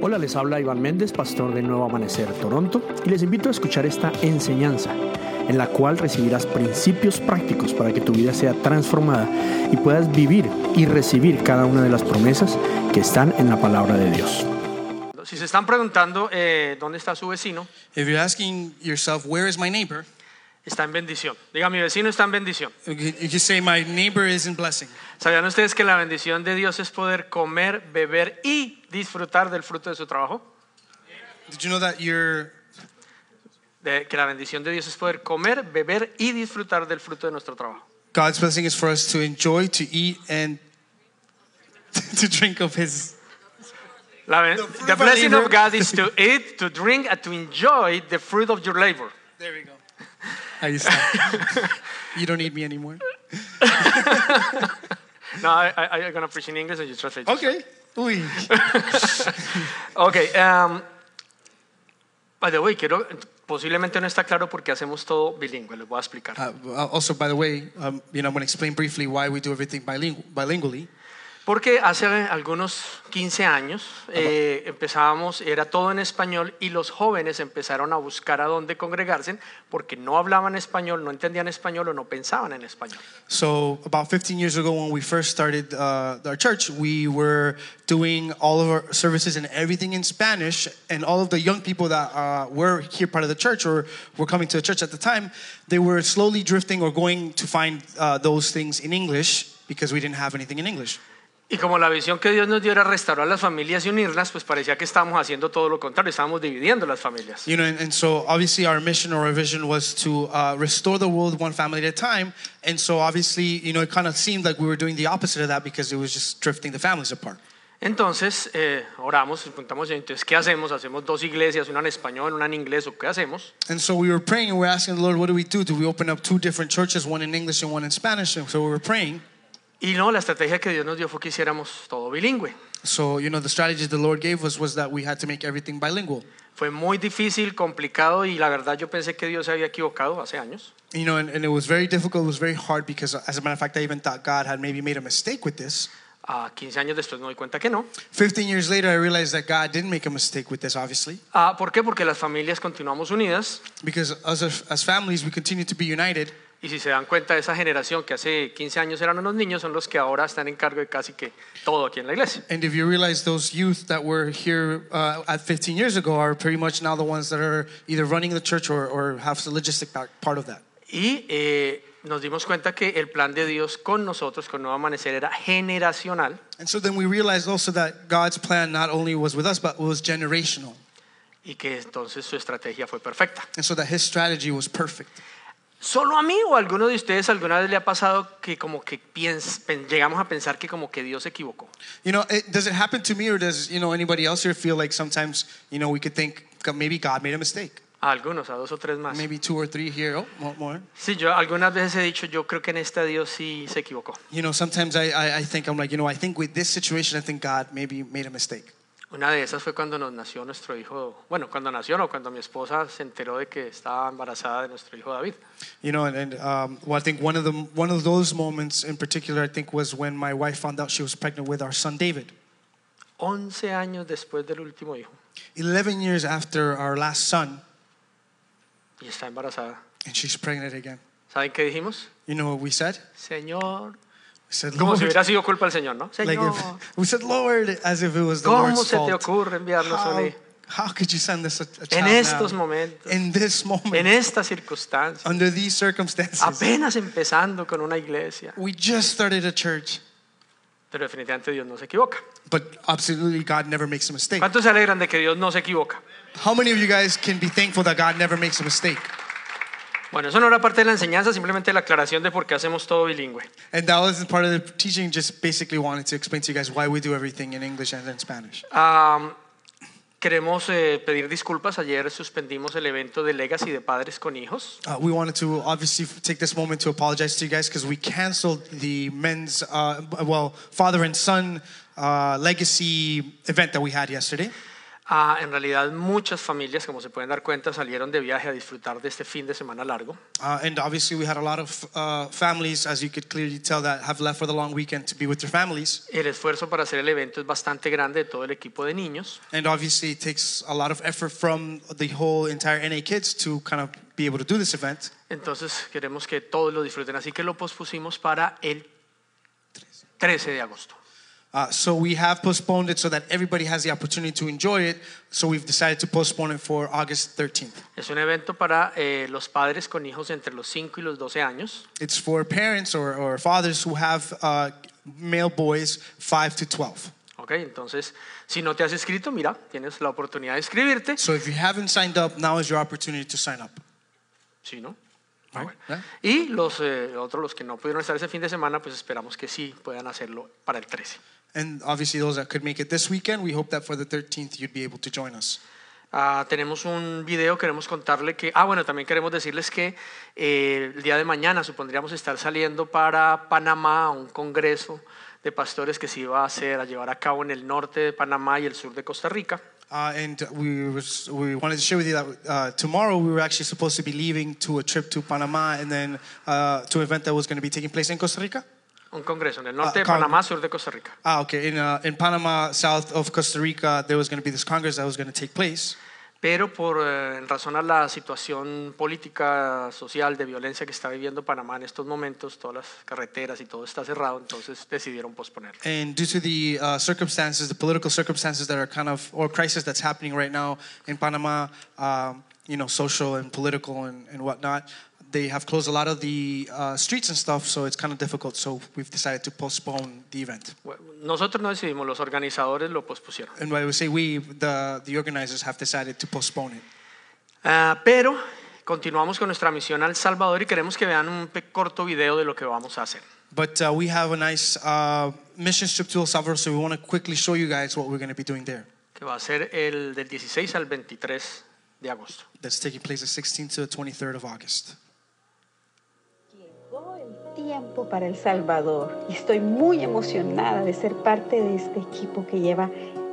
Hola, les habla Iván Méndez, pastor de Nuevo Amanecer Toronto, y les invito a escuchar esta enseñanza en la cual recibirás principios prácticos para que tu vida sea transformada y puedas vivir y recibir cada una de las promesas que están en la palabra de Dios. Si se están preguntando eh, dónde está su vecino, If you're asking yourself, where is my neighbor? está en bendición. Diga, mi vecino está en bendición. You could you could say, my neighbor is in blessing. ¿Sabían ustedes que la bendición de Dios es poder comer, beber y disfrutar del fruto de su trabajo? Did you know that your, De- que la bendición de Dios es poder comer, beber y disfrutar del fruto de nuestro trabajo. God's blessing is for us to enjoy, to eat, and to drink of His? La ben- The fruit the of blessing of labor. God is to eat, to drink, and to enjoy the fruit of your labor. There we go. Ahí está. you don't need me anymore. No, I, I, I'm gonna preach in English and you translate. Okay. Uy. Okay. um, by the way, quiero, posiblemente no está claro porque hacemos todo bilingüe. Les voy a explicar. Uh, also, by the way, um, you know, I'm going to explain briefly why we do everything bilingu- bilingually. Porque hace algunos 15 años eh, empezábamos, era todo en español y los jóvenes empezaron a buscar a dónde congregarse porque no hablaban español, no entendían español o no pensaban en español. So, about 15 years ago, when we first started uh, our church, we were doing all of our services and everything in Spanish. And all of the young people that uh, were here, part of the church, or were coming to the church at the time, they were slowly drifting or going to find uh, those things in English because we didn't have anything in English. Y como la visión que Dios nos dio era restaurar las familias y unirlas, pues parecía que estábamos haciendo todo lo contrario, estábamos dividiendo las familias. You know, and, and so obviously our mission or our vision was to uh, restore the world one family at a time. And so obviously, you know, it kind of seemed like we were doing the opposite of that because it was just drifting the families apart. Entonces eh, oramos, preguntamos, entonces, ¿qué hacemos? ¿Hacemos dos iglesias, una en español, una en inglés o qué hacemos? And so we were praying and we were asking the Lord, what do we do? Do we open up two different churches, one in English and one in Spanish? And so we were praying. Y no, la estrategia que Dios nos dio fue que hiciéramos todo bilingüe. So, you know, the strategy the Lord gave us was that we had to make everything bilingual. Fue muy difícil, complicado y la verdad yo pensé que Dios se había equivocado hace años. You know, and, and it was very difficult, it was very hard because, as a matter of fact, I even thought God had maybe made a mistake with this. A 15 años después me doy cuenta que no. 15 years later, I realized that God didn't make a mistake with this, obviously, Ah, ¿Por qué? Porque las familias continuamos unidas because as, as families, we continue to be united. y si se dan cuenta esa generación que hace 15 años eran unos niños son los que ahora están en cargo de casi que todo aquí en la iglesia. And if you realize those youth that were here uh, at 15 years ago are pretty much now the ones that are either running the church or, or have the logistic part- part of that. Y eh, nos dimos cuenta que el plan de Dios con nosotros, con Nuevo Amanecer, era generacional And so then we realized also that God's plan not only was with us, but was generational. y que entonces su estrategia fue perfecta. And so that his strategy was perfect. ¿Solo a mí o a alguno de ustedes alguna vez le ha pasado que como que piens- pen- llegamos a pensar que como que Dios se equivocó? You know, it, does it happen to me or does, you know, anybody else here feel like sometimes, you know, we could think "God- maybe God made a mistake? A algunos, a dos o tres más. Maybe two or three here. Oh, more. more. Sí, yo algunas veces he dicho, yo creo que en esta Dios sí se equivocó. You know, sometimes I, I, I think, I'm like, you know, I think with this situation, I think God maybe made a mistake. Una de esas fue cuando nos nació nuestro hijo, bueno, cuando nació no, cuando mi esposa se enteró de que estaba embarazada de nuestro hijo David. You know, and, and um, well, I think one of, the, one of those moments in particular, I think, was when my wife found out she was pregnant with our son David. 11 años después del último hijo 11 years after our last son, y está embarazada. and she's pregnant again. ¿Saben qué dijimos? You know what we said? Señor, We said, como Lord. si hubiera sido culpa del Señor, ¿no? Like Señor, if, we said, Lord, as if it was the ¿cómo Lord's se te fault. ocurre enviarnos a How, mí? how could you send this a, a En child estos now? momentos, In this moment, en estas circunstancias, under these circumstances, apenas empezando con una iglesia. we just started a church, Pero definitivamente Dios no se equivoca. but absolutely God never makes a mistake. ¿Cuántos se alegran de que Dios no se equivoca? How many of you guys can be thankful that God never makes a mistake? Bueno, eso no era parte de la enseñanza, simplemente la aclaración de por qué hacemos todo bilingüe. And that was part of the teaching. Just basically wanted to explain to you guys why we do everything in English and in Spanish. Am, queremos eh, pedir disculpas. Ayer suspendimos el evento de Legacy de Padres con Hijos. Uh, we wanted to obviously take this moment to apologize to you guys because we canceled the men's, uh, well, father and son uh, legacy event that we had yesterday. Ah, Ah, en realidad muchas familias, como se pueden dar cuenta, salieron de viaje a disfrutar de este fin de semana largo. Uh, and obviously, we had a lot of uh, families, as you could clearly tell, that have left for the long weekend to be with their families. El esfuerzo para hacer el evento es bastante grande de todo el equipo de niños. And obviously, it takes a lot of effort from the whole entire NA Kids to kind of be able to do this event. Entonces queremos que todos lo disfruten, así que lo pospusimos para el 13 de agosto. Uh, so we have postponed it so that everybody has the opportunity to enjoy it. So we've decided to postpone it for August 13th. Es un evento para eh, los padres con hijos entre los 5 y los 12 años. It's for parents or, or fathers who have uh, male boys 5 to 12. ¿ok? Entonces, si no te has inscrito, mira, tienes la oportunidad de inscribirte. So if you haven't signed up, now is your opportunity to sign up. Sí, ¿no? Right? Yeah? Y los eh, otros, los que no pudieron estar ese fin de semana, pues esperamos que sí puedan hacerlo para el 13. And obviously, those that could make it this weekend, we hope that for the 13th you'd be able to join us. Ah, tenemos un video, queremos contarle que, ah, bueno, también queremos decirles que eh, el día de mañana supondríamos estar saliendo para Panamá a un congreso de pastores que se iba a hacer, a llevar a cabo en el norte de Panamá y el sur de Costa Rica. Uh, and we was, we wanted to share with you that uh, tomorrow we were actually supposed to be leaving to a trip to Panama and then uh, to an event that was going to be taking place in Costa Rica. Un congreso en el norte Ah, de con- Panamá, sur de Costa Rica. Ah, okay. In uh, in Panama, south of Costa Rica, there was going to be this congress that was going to take place. Pero por eh, en razón a la situación política, social, de violencia que está viviendo Panamá en estos momentos, todas las carreteras y todo está cerrado, entonces decidieron posponerlo. And due to the uh, circumstances, the political circumstances that are kind of, or crisis that's happening right now in Panama, um, you know, social and political and, and whatnot, they have closed a lot of the uh, streets and stuff, so it's kind of difficult. So we've decided to postpone the event. Bueno, Nosotros no decidimos, los organizadores lo pospusieron. And when we say we, the, the organizers have decided to postpone it. Ah, pero continuamos con nuestra misión al Salvador y queremos que vean un pe- corto video de lo que vamos a hacer. But uh, we have a nice uh, mission trip to El Salvador, so we want to quickly show you guys what we're going to be doing there. que va a ser el del 16 al 23 de agosto. That's taking place the 16th to the 23rd of August. Llegó el tiempo para El Salvador y estoy muy emocionada de ser parte de este equipo que lleva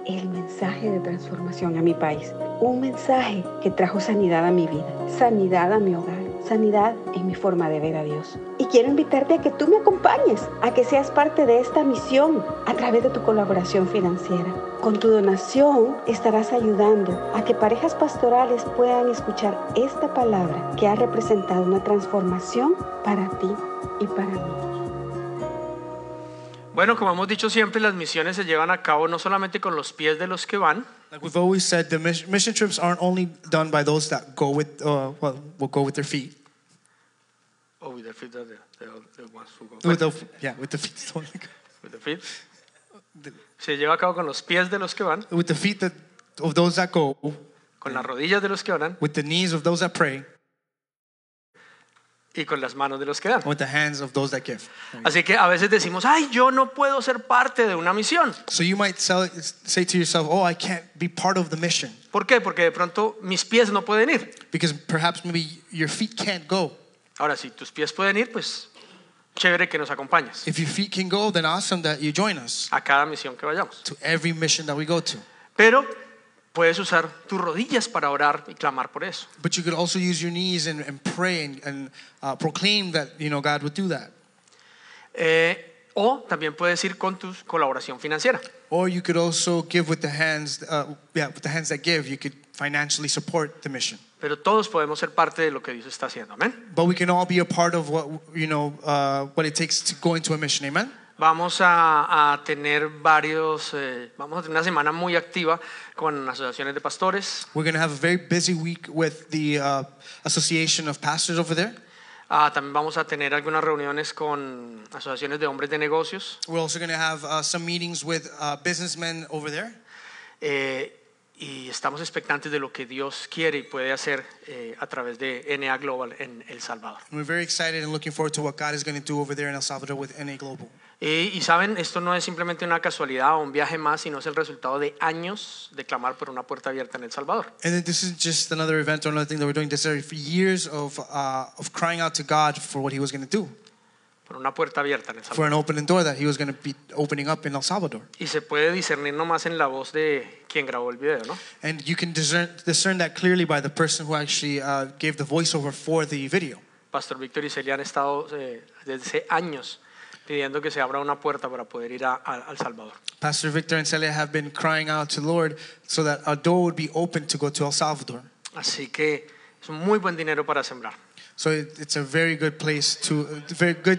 el mensaje de transformación a mi país. Un mensaje que trajo sanidad a mi vida, sanidad a mi hogar, sanidad en mi forma de ver a Dios. Y quiero invitarte a que tú me acompañes, a que seas parte de esta misión a través de tu colaboración financiera. Con tu donación estarás ayudando a que parejas pastorales puedan escuchar esta palabra que ha representado una transformación para ti y para mí. Bueno, como hemos dicho siempre, las misiones se llevan a cabo no solamente con los pies de los que van, Like we've always said, the mis- mission trips aren't only done by those that go with, uh, well, will go with their feet. Oh, with the feet, the- the- the ones who go- With the, yeah, with the feet. with the feet. se lleva a cabo con los pies de los que van, with the feet that, of those that go, con las rodillas de los que oran with the knees of those that pray, y con las manos de los que dan. and with the hands of those that give. Así que a veces decimos, ay, yo no puedo ser parte de una misión. So you might sell, say to yourself, oh, I can't be part of the mission ¿Por qué? Porque de pronto mis pies no pueden ir. because perhaps maybe your feet can't go. Ahora, si tus pies pueden ir, pues chévere que nos acompañes If your feet can go, then awesome that you join us a cada misión que vayamos. to every mission that we go to. Pero puedes usar tus rodillas para orar y clamar por eso. But you could also use your knees and, and pray and, and uh, proclaim that you know God would do that. Eh, o también puedes ir con tu colaboración financiera. Or you could also give with the hands, uh, yeah, with the hands that give. You could financially support the mission. Pero todos podemos ser parte de lo que Dios está haciendo. Amén. But we can all be a part of what you know, uh, what it takes to go into a mission. Amen. Vamos a, a tener varios, eh, vamos a tener una semana muy activa con asociaciones de pastores. We're gonna have a very busy week with the uh, association of pastors over there. Ah, también vamos a tener algunas reuniones con asociaciones de hombres de negocios. We're also gonna have uh, some meetings with uh, businessmen over there. eh, y estamos expectantes de lo que Dios quiere y puede hacer eh, a través de NA Global en El Salvador. And we're very excited and looking forward to what God is gonna do over there in El Salvador with NA Global. Y, y saben, esto no es simplemente una casualidad o un viaje más, sino es el resultado de años de clamar por una puerta abierta en El Salvador. And then this is just another event or another thing that we're doing this area for years of, uh, of crying out to God for what He was going to do, Por una puerta abierta en El for Salvador. an opening door that He was going to be opening up in El Salvador. Y se puede discernir nomás en la voz de quien grabó el video, ¿no? And you can discern, discern that clearly by the person who actually uh, gave the voiceover for the video. Pastor Víctor y Celia han estado eh, desde hace años pidiendo que se abra una puerta para poder ir a, a- al Salvador. Pastor Victor and Celia have been crying out to Lord so that a door would be opened to go to El Salvador. Así que es un muy buen dinero para sembrar. So it, it's a very good place to, uh, very good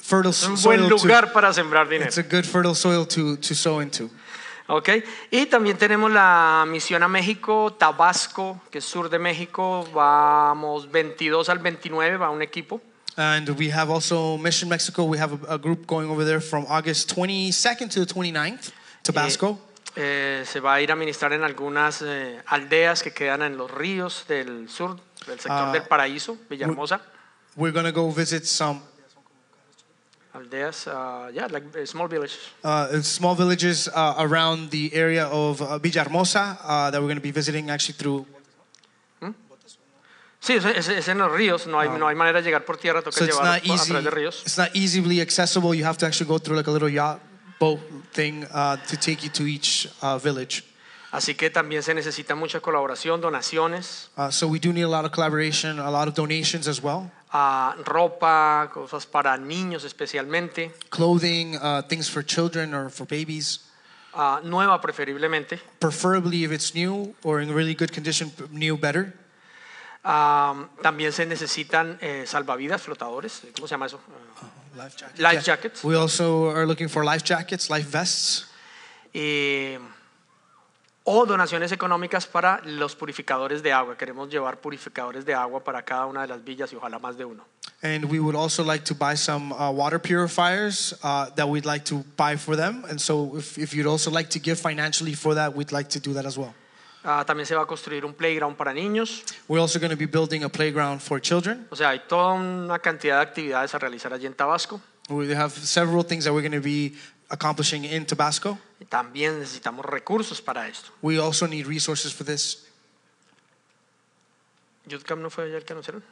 fertile Es un soil buen lugar to, para sembrar dinero. It's a good fertile soil to, to sow into. ¿ok? Y también tenemos la misión a México, Tabasco, que es sur de México. Vamos 22 al 29, va un equipo. And we have also Mission Mexico. We have a, a group going over there from August 22nd to the 29th, Tabasco. Eh, eh, se va a ir a ministrar en algunas eh, aldeas que quedan en los ríos del sur, del sector Ah, del Paraíso, Villahermosa. We're going to go visit some Aldeas, ah, yeah, like eh, small village. uh, small villages uh, around the area of uh, Villahermosa uh, that we're going to be visiting actually through. Sí, es, es- es en los ríos, no hay, no hay manera de llegar por tierra, toca Ah. So it's llevar not por- a easy. través de ríos. It's not easily accessible. You have to actually go through like a little yacht boat thing uh, to take you to each uh, village. Así que también se necesita mucha colaboración, donaciones, Uh, so we do need a lot of collaboration, a lot of donations as well, ah, ropa, cosas para niños especialmente, clothing, uh, things for children or for babies. ah, nueva preferiblemente. preferably if it's new or in really good condition, p- new better. Ah, también se necesitan eh, salvavidas, flotadores, ¿cómo se llama eso? Ah, Life jackets. Life jackets. We also are looking for life jackets, life vests, eh, o donaciones económicas para los purificadores de agua. Queremos llevar purificadores de agua para cada una de las villas y ojalá más de uno. and we would also like to buy some uh, water purifiers uh, that we'd like to buy for them. And so, if, if you'd also like to give financially for that, we'd like to do that as well. Ah, también se va a construir un playground para niños. We're also going to be building a playground for children. O sea, hay toda una cantidad de actividades a realizar allí en Tabasco. We have several things that we're going to be accomplishing in Tabasco. También necesitamos recursos para esto. We also need resources for this. Youth Camp no fue ayer que anunciaron.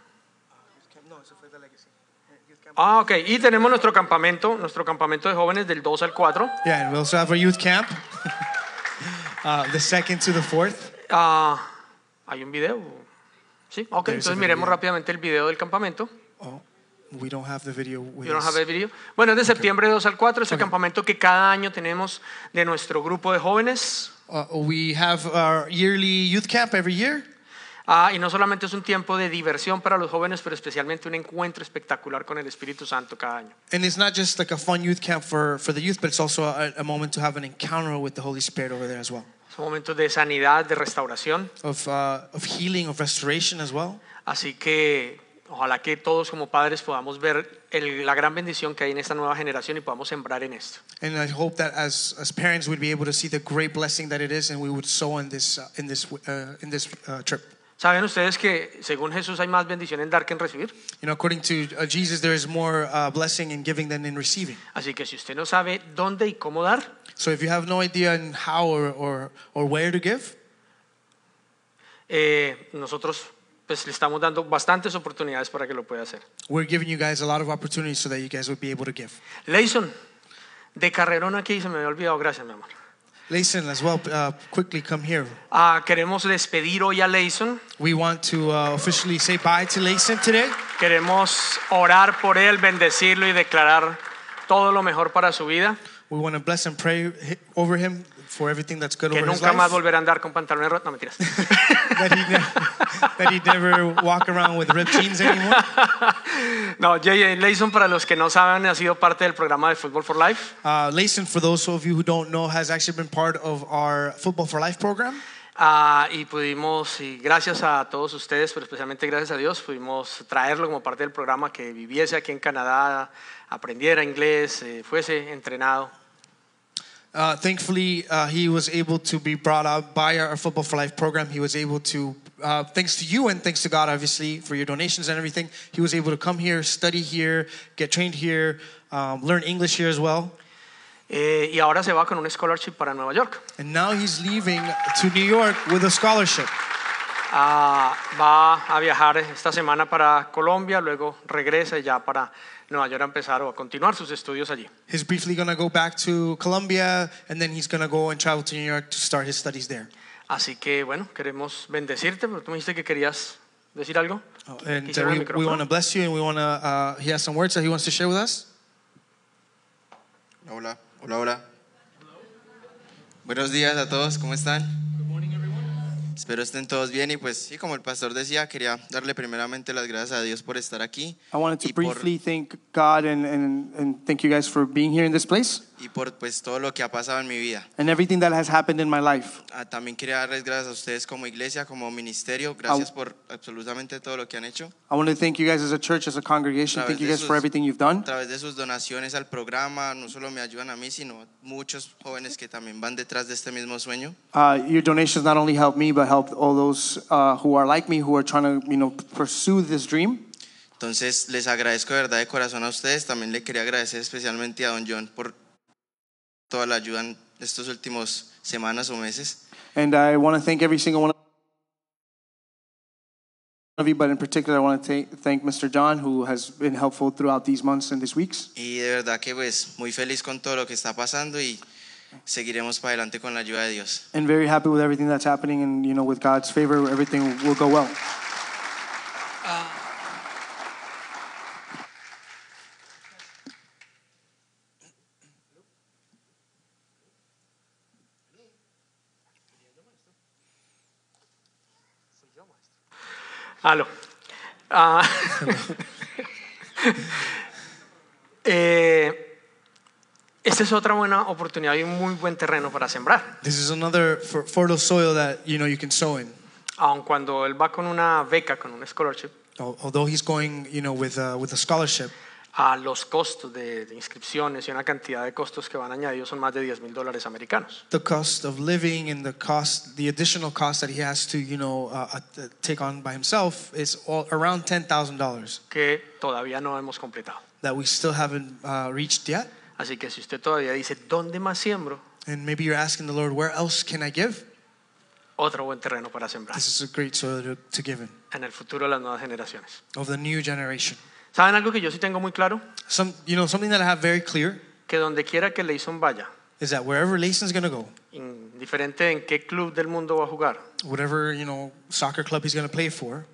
Ah, ok. Y tenemos nuestro campamento, nuestro campamento de jóvenes del 2 al 4. Yeah, and we also have a youth camp, uh, the second to the fourth. Ah, hay un video. Sí, ok. There's a Entonces miremos video. rápidamente el video del campamento. Oh, we don't have the video with You don't us. have a video. Bueno, es de septiembre 2 al 4, es el campamento que cada año tenemos de nuestro grupo de jóvenes. Uh, we have our yearly youth camp every year. Ah, y no solamente es un tiempo de diversión para los jóvenes, pero especialmente un encuentro espectacular con el Espíritu Santo cada año. And it's not just like a fun youth camp for, for the youth, but it's also a, a moment to have an encounter with the Holy Spirit over there as well, Son momentos de sanidad, de restauración. of, uh, of healing, of restoration as well. Así que ojalá que todos como padres podamos ver el- la gran bendición que hay en esta nueva generación y podamos sembrar en esto. And I hope that as, as parents, we'd be able to see the great blessing that it is, and we would sow in this, uh, in this, uh, in this uh, trip. ¿Saben ustedes que según Jesús hay más bendición en dar que en recibir? You know, according to uh, Jesus, there is more uh, blessing in giving than in receiving. Así que si usted no sabe dónde y cómo dar, So if you have no idea in how or, or, or where to give, eh, nosotros pues le estamos dando bastantes oportunidades para que lo pueda hacer. we're giving you guys a lot of opportunities so that you guys would be able to give. Leison, de carrerón aquí, se me había olvidado, gracias mi amor. Layson, as well, uh, quickly come here. Ah, queremos despedir hoy a Leison, We want to uh, officially say bye to Layson today. queremos orar por él, bendecirlo y declarar todo lo mejor para su vida. We want to bless and pray hi- over him for everything that's good Que over his nunca más life. volverá a andar con pantalones rotos. No, mentiras. that, he never, that he never walk around with ripped jeans anymore. no, J.J. Leison, para los que no saben, ha sido parte del programa de Football for Life. Uh, Layson, for those of you who don't know, has actually been part of our Football for Life program. Ah, y pudimos, y gracias a todos ustedes, pero especialmente gracias a Dios, pudimos traerlo como parte del programa, que viviese aquí en Canadá, aprendiera inglés, eh, fuese entrenado. Uh, thankfully, uh, he was able to be brought up by our Football for Life program. He was able to, uh, thanks to you and thanks to God, obviously, for your donations and everything, he was able to come here, study here, get trained here, um, learn English here as well. Eh, y ahora se va con un scholarship para Nueva York. And now he's leaving to New York with a scholarship. Ah, va a viajar esta semana para Colombia, luego regresa ya para Nueva York a empezar o a continuar sus estudios allí. He's briefly going to go back to Colombia and then he's going to go and travel to New York to start his studies there. Así que bueno, queremos bendecirte, pero tú me dijiste que querías decir algo. Oh, and Quisiera uh, el we, we micrófono. want to bless you and we want to, uh, he has some words that he wants to share with us. Hola, hola, hola. Buenos días a todos, ¿cómo están? Espero estén todos bien y pues sí, como el pastor decía, quería darle primeramente las gracias a Dios por estar aquí I wanted y to por, briefly thank God and, and, and thank you guys for being here in this place y por pues todo lo que ha pasado en mi vida. and everything that has happened in my life. Ah, también quería darles gracias a ustedes como iglesia, como ministerio, gracias por absolutamente todo lo que han hecho. I want to thank you guys as a church, as a congregation. Través Thank you de guys for sus- everything you've A done. través de sus donaciones al programa, no solo me ayudan a mí, sino a muchos jóvenes que también van detrás de este mismo sueño. Uh, your donations not only help me, but help all those uh, who are like me, who are trying to, you know, pursue this dream. Entonces les agradezco de verdad de corazón a ustedes. También le quería agradecer especialmente a don John por toda la ayuda en estos últimos semanas o meses. And I want to thank every single one of you, but in particular, I want to ta- thank Mr. John, who has been helpful throughout these months and these weeks. Y de verdad que pues muy feliz con todo lo que está pasando y seguiremos para adelante con la ayuda de Dios. And very happy with everything that's happening, and you know, with God's favor, everything will go well. Aló. Ah. Eh, esta es otra buena oportunidad y un muy buen terreno para sembrar. This is another fer- fertile soil that you know you can sow in. Aun cuando él va con una beca, con un scholarship, Al- Although he's going, you know, with uh, with a scholarship, a los costos de, de inscripciones y una cantidad de costos que van añadidos son más de 10 mil dólares americanos. the cost of living and the cost, the additional cost that he has to, you know, uh, uh, t- take on by himself is all around ten thousand dollars que todavía no hemos completado. that we still haven't uh, reached yet. Así que si usted todavía dice, ¿dónde más siembro? And maybe you're asking the Lord, where else can I give? Otro buen terreno para sembrar This is a great soil to, to give in en el futuro de las nuevas generaciones. of the new generation. ¿Saben algo que yo sí tengo muy claro? Some, you know, something that I have very clear Que donde quiera que Leison vaya, is that wherever Layson's going to go, indiferente en qué club del mundo va a jugar, whatever you know soccer club he's going to play for,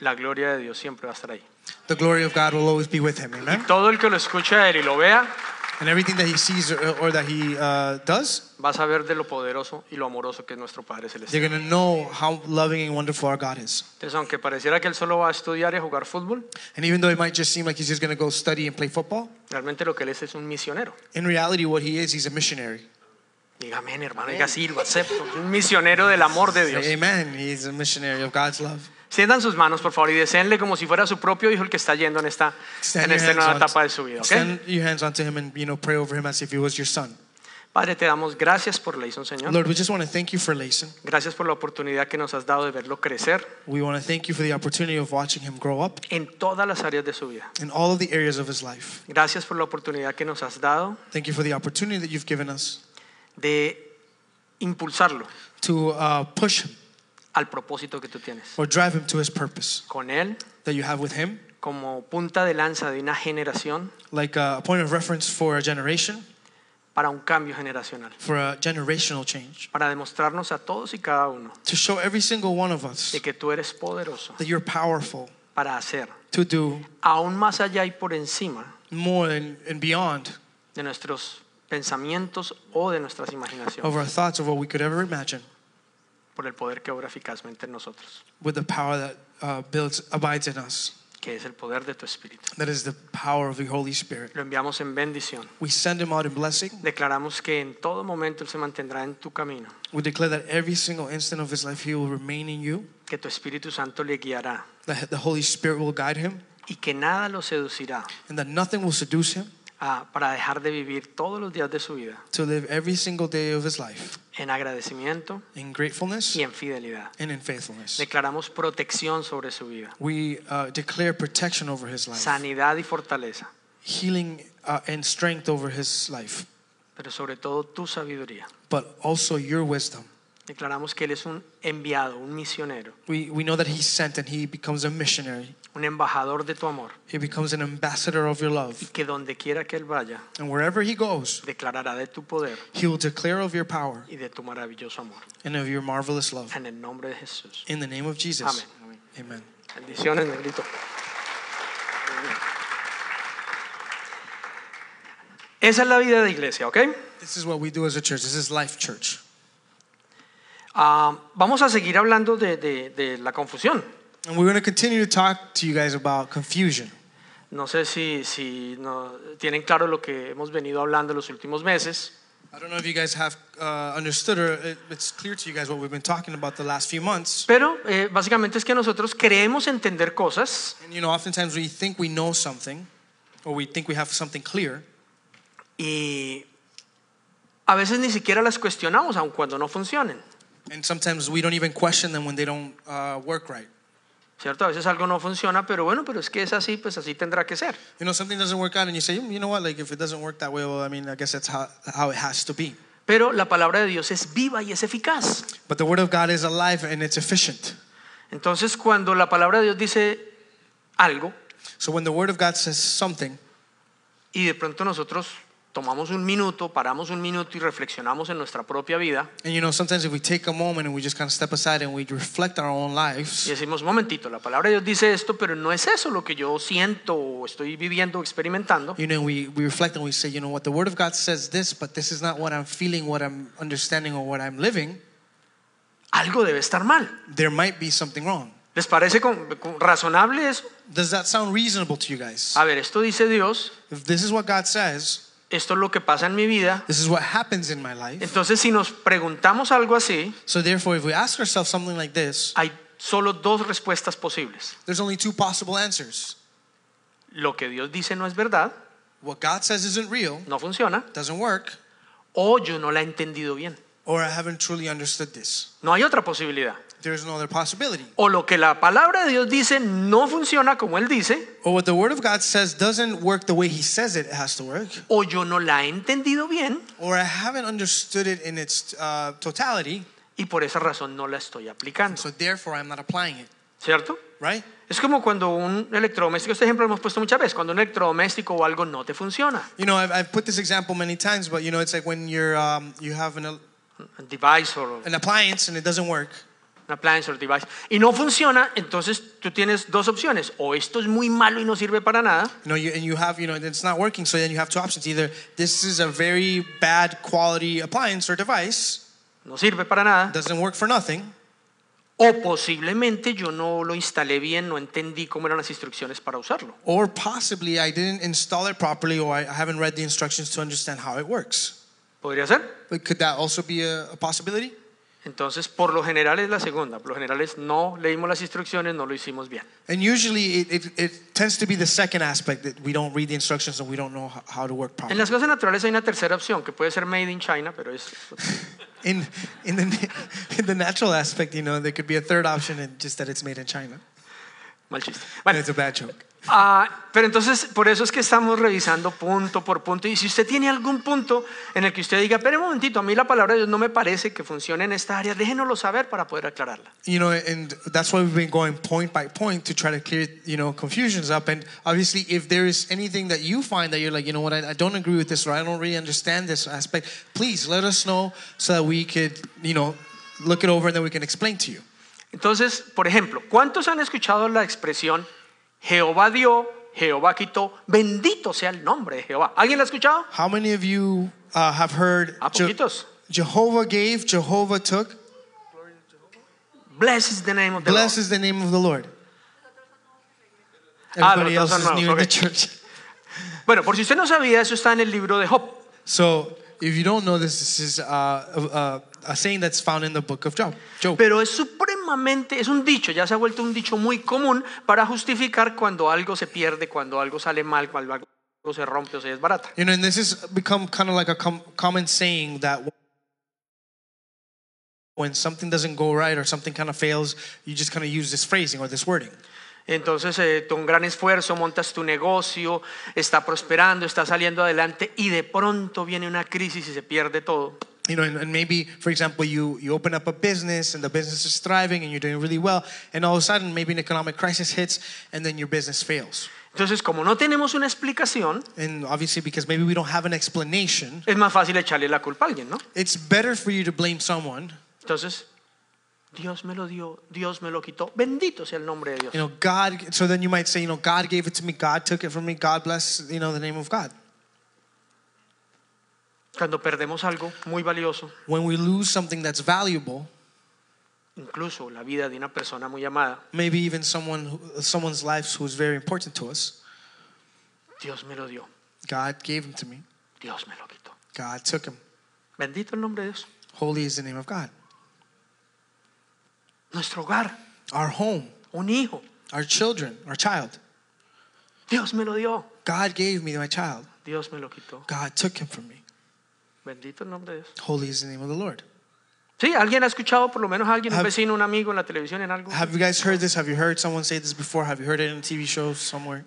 la gloria de Dios siempre va a estar ahí. the glory of God will always be with him. Amen. Todo el que lo escuche a él y lo vea And everything that he sees or, or that he uh, does, va a saber de lo poderoso y lo amoroso que es nuestro Padre they're Celestial. going to know how loving and wonderful our God is. Entonces, aunque pareciera que él solo va a estudiar y a jugar fútbol, And even though it might just seem like he's just going to go study and play football, realmente lo que él es es un misionero. in reality, what he is, he's a missionary. Diga amén, hermano, diga sí, lo acepto. Un misionero del amor de Dios. Amen. He's a missionary of God's love. Sientan sus manos, por favor, y deseenle como si fuera su propio hijo el que está yendo en esta, en Extend your, esta nueva hands etapa de su on, vida. ¿ok? extend your hands onto him and you know pray over him as if he was your son. Padre, te damos gracias por Leison, Señor. Lord, we just want to thank you for Layson. Gracias por la oportunidad que nos has dado de verlo crecer We want to thank you for the opportunity of watching him grow up en todas las áreas de su vida. in all of the areas of his life. Gracias por la oportunidad que nos has dado Thank you for the opportunity that you've given us de impulsarlo to uh, push him al propósito que tú tienes. or drive him to his purpose Con él that you have with him, como punta de lanza de una generación like uh, a point of reference for a generation, para un cambio generacional. for a generational change, Para demostrarnos a todos y cada uno to show every single one of us de que tú eres poderoso that you're powerful para hacer to do aún más allá y por encima more and, and beyond de nuestros pensamientos o de nuestras imaginaciones of our thoughts of what we could ever imagine por el poder que obra eficazmente en nosotros, with the power that uh, builds, abides in us. que es el poder de tu espíritu. That is the power of the Holy Spirit. Lo enviamos en bendición. We send him out in blessing. Declaramos que en todo momento Él se mantendrá en tu camino, We declare that every single instant of his life he will remain in you, que tu Espíritu Santo le guiará that the Holy Spirit will guide him, y que nada lo seducirá and that nothing will seduce him ah, para dejar de vivir todos los días de su vida to live every single day of his life en agradecimiento in gratefulness y en fidelidad. and in faithfulness. Declaramos protección sobre su vida, We uh, declare protection over his life, sanidad y fortaleza, healing uh, and strength over his life, pero sobre todo tu sabiduría but also your wisdom Declaramos que Él es un enviado, un misionero, We, we know that he's sent and he becomes a missionary. un embajador de tu amor, He becomes an ambassador of your y love. que donde quiera que Él vaya, And wherever he goes, declarará de tu poder he will declare of your power y de tu maravilloso amor. and of your marvelous love. En el nombre de Jesús. In the name of Jesus. Amén. Amen. Bendiciones, negrito. Esa es la vida de iglesia, ¿ok? This is what we do as a church. This is Life Church. Ah, vamos a seguir hablando de, de- de la confusión. And we're going to continue to talk to you guys about confusion. No sé si, si no, tienen claro lo que hemos venido hablando los últimos meses. I don't know if you guys have uh, understood or it, it's clear to you guys what we've been talking about the last few months. Pero eh, básicamente es que nosotros creemos entender cosas And you know, oftentimes we think we know something or we think we have something clear, y a veces ni siquiera las cuestionamos, aun cuando no funcionen. and sometimes we don't even question them when they don't uh, work right. ¿Cierto? A veces algo no funciona, pero bueno, pero es que es así, pues así tendrá que ser. You know, something doesn't work out, and you say, "Mm, you know what, like if it doesn't work that way, well, I mean, I guess that's how, how it has to be. Pero la palabra de Dios es viva y es eficaz. But the Word of God is alive and it's efficient. Entonces, cuando la palabra de Dios dice algo So when the Word of God says something, y de pronto nosotros tomamos un minuto, paramos un minuto y reflexionamos en nuestra propia vida and you know, sometimes if we take a moment and we just kind of step aside and we reflect on our own y lives, decimos, momentito, la palabra de Dios dice esto, pero no es eso lo que yo siento o estoy viviendo o experimentando. you know, we, we reflect and we say, you know what, the Word of God says this, but this is not what I'm feeling, what I'm understanding, or what I'm living. Algo debe estar mal. There might be something wrong. ¿Les parece con- con- razonable eso? Does that sound reasonable to you guys? A ver, esto dice Dios, If this is what God says, esto es lo que pasa en mi vida. this is what happens in my life. Entonces, si nos preguntamos algo así, So therefore, if we ask ourselves something like this, hay solo dos respuestas posibles. there's only two possible answers. Lo que Dios dice no es verdad, What God says isn't real, no funciona, doesn't work, o yo no la he entendido bien. or I haven't truly understood this. No hay otra posibilidad. There's no other possibility. O lo que la palabra de Dios dice no funciona como Él dice, Or what the Word of God says doesn't work the way He says it has to work, o yo no la he entendido bien or I haven't understood it in its uh, totality, y por esa razón no la estoy aplicando. so therefore I'm not applying it, ¿Cierto? right? Es como cuando un electrodoméstico, este ejemplo lo hemos puesto muchas veces, cuando un electrodoméstico o algo no te funciona. You know, I've, I've put this example many times, but you know, it's like when you're um, you have an, Un device o un an appliance and it doesn't work, appliance o device. Y no funciona, entonces tú tienes dos opciones. O esto es muy malo y no sirve para nada, you know, you, and you have you know it's not working, so then you have two options: either this is a very bad quality appliance or device, no sirve para nada. doesn't work for nothing, O posiblemente yo no lo instalé bien, no entendí cómo eran las instrucciones para usarlo. or possibly I didn't install it properly, or I, I haven't read the instructions to understand how it works. ¿Podría ser? But could that also be a, a possibility? Entonces, por lo general es la segunda. Por lo general es no leímos las instrucciones, no lo hicimos bien. And usually it, it, it tends to be the second aspect that we don't read the instructions and we don't know how, how to work En properly. las cosas naturales hay una tercera opción, que puede ser made in China, pero es... In, in, the, in the natural aspect, you know, there could be a third option and just that it's made in China. Mal chiste. And Bueno, it's a bad joke. ah, pero entonces, por eso es que estamos revisando punto por punto. Y si usted tiene algún punto en el que usted diga, pero un momentito, a mí la palabra de Dios no me parece que funcione en esta área, déjenoslo saber para poder aclararla. You know, and that's why we've been going point by point to try to clear, you know, confusions up. And obviously, if there is anything that you find that you're like, you know what, I, I don't agree with this or I don't really understand this aspect, please let us know so that we could, you know, look it over and then we can explain to you. Entonces, por ejemplo, ¿cuántos han escuchado la expresión Jehová dio, Jehová quitó, bendito sea el nombre de Jehová? ¿Alguien la ha escuchado? How many of you uh, have heard A Je- Ah, poquitos. Jehovah gave, Jehovah took? Blessed is the name of the Blessed Lord. is the name of the Lord. Ah, Everybody los else dos is son new in nuevos, the ok. church. Bueno, por si usted no sabía, eso está en el libro de Job. So, if you don't know this, this is uh, uh, a saying that's found in the book of Job. Job. Pero es supremamente, es un dicho, ya se ha vuelto un dicho muy común para justificar cuando algo se pierde, cuando algo sale mal, cuando algo se rompe o se desbarata. You know, and this has become kind of like a com- common saying that when something doesn't go right or something kind of fails, you just kind of use this phrasing or this wording. Entonces, eh, con gran esfuerzo montas tu negocio, está prosperando, está saliendo adelante y de pronto viene una crisis y se pierde todo. you know, and, and maybe, for example, you, you open up a business and the business is thriving and you're doing really well, and all of a sudden, maybe an economic crisis hits and then your business fails. Entonces, como no tenemos una explicación, And obviously, because maybe we don't have an explanation, es más fácil echarle la culpa a alguien, ¿no? it's better for you to blame someone. Entonces, Dios me lo dio, Dios me lo quitó. Bendito sea el nombre de Dios. You know, God, so then you might say, you know, God gave it to me, God took it from me, God bless, you know, the name of God. Cuando perdemos algo muy valioso, When we lose something that's valuable, incluso la vida de una persona muy amada, maybe even someone, who- someone's life who's very important to us, Dios me lo dio, God gave him to me, Dios me lo quitó. God took him. Bendito el nombre de Dios. Holy is the name of God. Nuestro hogar, Our home, un hijo, our children, our child. Dios me lo dio, God gave me my child. Dios me lo quitó. God took him from me. Bendito el nombre de Dios. Holy is the name of the Lord. Sí, alguien ha escuchado, por lo menos alguien, un Have- vecino, un amigo en la televisión, en algo. Have you guys heard this? Have you heard someone say this before? Have you heard it in a TV show somewhere?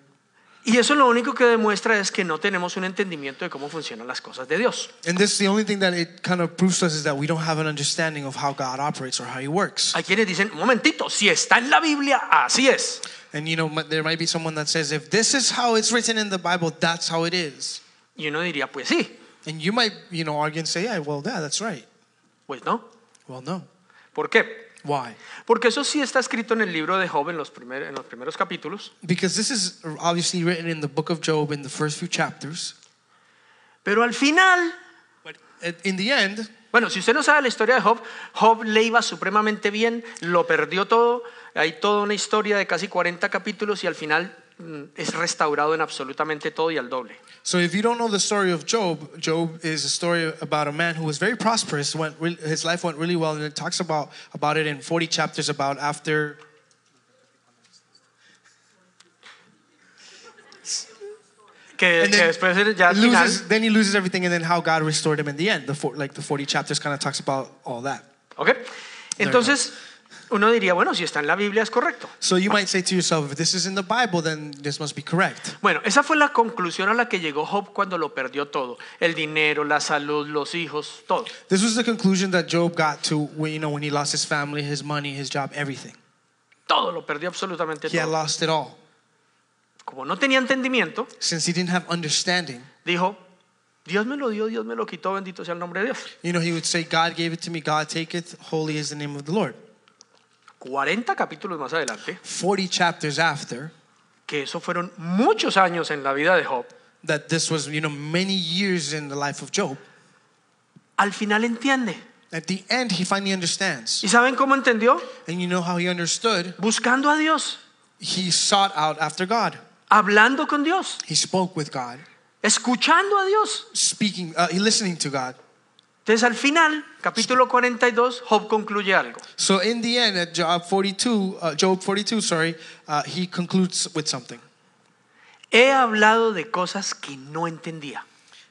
Y eso lo único que demuestra es que no tenemos un entendimiento de cómo funcionan las cosas de Dios. And this, the only thing that it kind of proves to us is that we don't have an understanding of how God operates or how He works. Hay quienes dicen, un momentito, si está en la Biblia, así es. And you know, m- there might be someone that says, if this is how it's written in the Bible, that's how it is. Y uno diría, pues sí, And you might, you know, argue and say, yeah, well, yeah, that's right. pues no. Well, no. ¿Por qué? Why? Porque eso sí está escrito en el libro de Job en los, primer- en los primeros capítulos, Because this is obviously written in the book of Job in the first few chapters. pero al final, But at- in the end, bueno, si usted no sabe la historia de Job, Job le iba supremamente bien, lo perdió todo, hay toda una historia de casi 40 capítulos y al final mm, es restaurado en absolutamente todo y al doble. So if you don't know the story of Job, Job is a story about a man who was very prosperous. Went re- his life went really well, and it talks about about it in 40 chapters about after. Que, And que then después ya al final, loses, then he loses everything, and then how God restored him in the end. The four, like the 40 chapters kind of talks about all that. ¿ok? Entonces, uno diría, bueno, si está en la Biblia es correcto. So you might say to yourself, if this is in the Bible, then this must be correct. Bueno, esa fue la conclusión a la que llegó Job cuando lo perdió todo. El dinero, la salud, los hijos, todo. This was the conclusion that Job got to when you know when he lost his family, his money, his job, everything. Todo lo perdió absolutamente He had todo. lost it all. Como no tenía entendimiento, Since he didn't have understanding, dijo, Dios me lo dio, Dios me lo quitó, bendito sea el nombre de Dios. you know, he would say, God gave it to me, God taketh, holy is the name of the Lord. 40 capítulos más adelante, 40 chapters after que eso fueron muchos años en la vida de Job, that this was you know many years in the life of job al final entiende. at the end he finally understands ¿Y saben cómo entendió? and you know how he understood Buscando a Dios, he sought out after god hablando con Dios, he spoke with god escuchando a Dios. speaking uh, he listening to god Entonces al final, capítulo 42, Job concluye algo. so in the end at job 42 uh, job 42 sorry uh, he concludes with something He hablado de cosas que no entendía.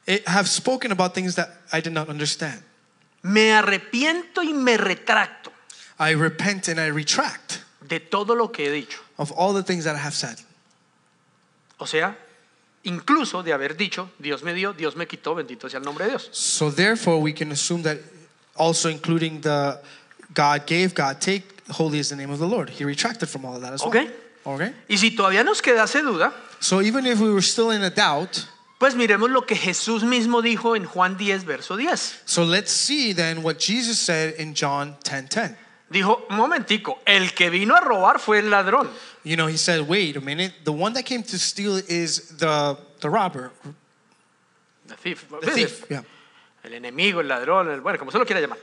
I have spoken about things that i did not understand Me arrepiento y me retracto i repent and i retract de todo lo que he dicho. of all the things that i have said O sea, incluso de haber dicho, Dios me dio, Dios me quitó, bendito sea el nombre de Dios. So therefore, we can assume that also including the God gave, God take, holy is the name of the Lord. He retracted from all of that as well. Okay. Okay. Y si todavía nos quedase duda, So even if we were still in a doubt, pues miremos lo que Jesús mismo dijo en Juan 10, verso 10. so let's see then what Jesus said in John 10:10. Dijo, un momentico, el que vino a robar fue el ladrón. You know, he said, "Wait a minute. The one that came to steal is the the robber, The thief. the thief." Yeah. El enemigo, el ladrón, el, bueno, como se lo quiera llamar.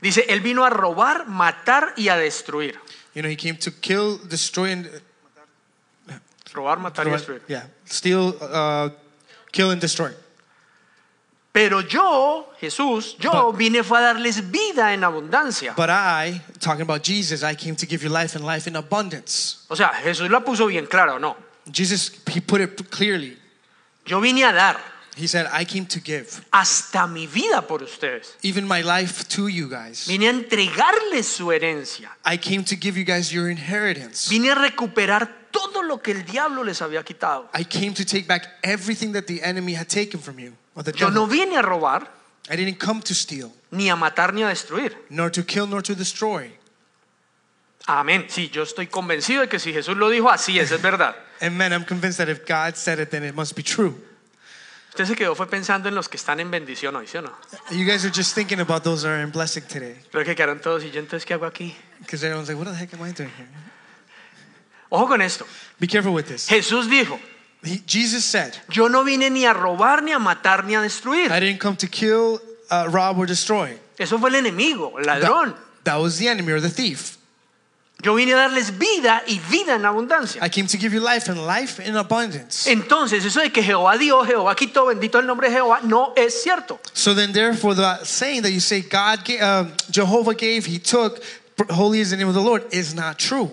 Dice, él vino a robar, matar y a destruir. You know, he came to kill, destroy, and Robar, matar y destruir. yeah, steal, uh, kill and destroy. Pero yo, Jesús, yo vine fue a darles vida en abundancia. But I, talking about Jesus, I came to give you life and life in abundance. o sea, Jesús la puso bien clara, ¿o no? Jesus, he put it clearly. Yo vine a dar He said, I came to give hasta mi vida por ustedes. even my life to you guys. Vine a entregarles su herencia. I came to give you guys your inheritance. Vine a recuperar todo lo que el diablo les había quitado. I came to take back everything that the enemy had taken from you. Or the Yo no devil. vine a robar, I didn't come to steal, ni a matar ni a destruir. nor to kill, nor to destroy. Amén. Sí, yo estoy convencido de que si Jesús lo dijo, así es, es verdad. And man, I'm convinced that if God said it, then it must be true. Usted se quedó fue pensando en los que están en bendición hoy, ¿sí o no? You guys are just thinking about those that are in blessing today. Creo que quedaron todos y yo entonces, ¿qué hago aquí? Because everyone's like, what the heck am I doing here? Ojo con esto. Be careful with this. Jesús dijo, He, Jesus said, yo no vine ni a robar, ni a matar, ni a destruir. I didn't come to kill, uh, rob, or destroy. Eso fue el enemigo, el ladrón. That, that was the enemy or the thief. Yo vine a darles vida y vida en abundancia. I came to give you life and life in abundance. Entonces, eso de que Jehová dio, Jehová quitó, bendito el nombre de Jehová, no es cierto. So then, therefore, the saying that you say God, gave, um, Jehovah gave, He took, holy is the name of the Lord, is not true.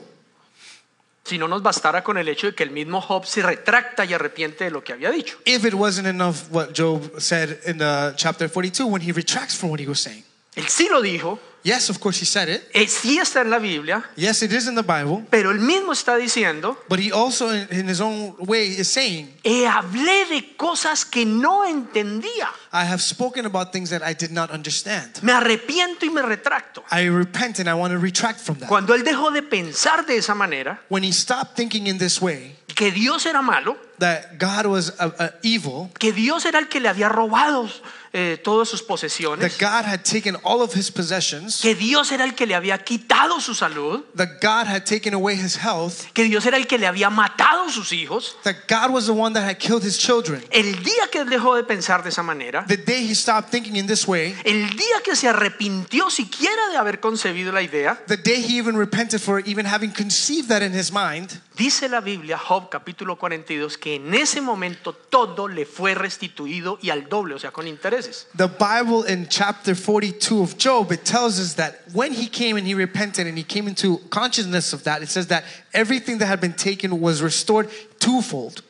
Si no nos bastara con el hecho de que el mismo Job se retracta y arrepiente de lo que había dicho. If it wasn't enough what Job said in the chapter 42 when he retracts from what he was saying. Él sí lo dijo, Yes, of course, he said it. él sí está en la Biblia, Yes, it is in the Bible. pero él mismo está diciendo, But he also, in in his own way, is saying, "Eh, hablé de cosas que no entendía. I have spoken about things that I did not understand. Me arrepiento y me retracto. I repent and I want to retract from that. Cuando él dejó de pensar de esa manera, When he stopped thinking in this way, que Dios era malo, that God was uh, uh, evil, que Dios era el que le había robado eh, todas sus that posesiones, God had taken all of his possessions, que Dios era el que le había quitado su salud, that God had taken away his health, que Dios era el que le había matado sus hijos, that God was the one that had killed his children. el día que él dejó de pensar de esa manera, The day he stopped thinking in this way, el día que se arrepintió siquiera de haber concebido la idea, the day he even repented for even having conceived that in his mind, dice la Biblia, Job capítulo 42, que en ese momento todo le fue restituido y al doble, o sea, con intereses. the Bible in chapter 42 of Job, it tells us that when he came and he repented and he came into consciousness of that, it says that everything that had been taken was restored twofold.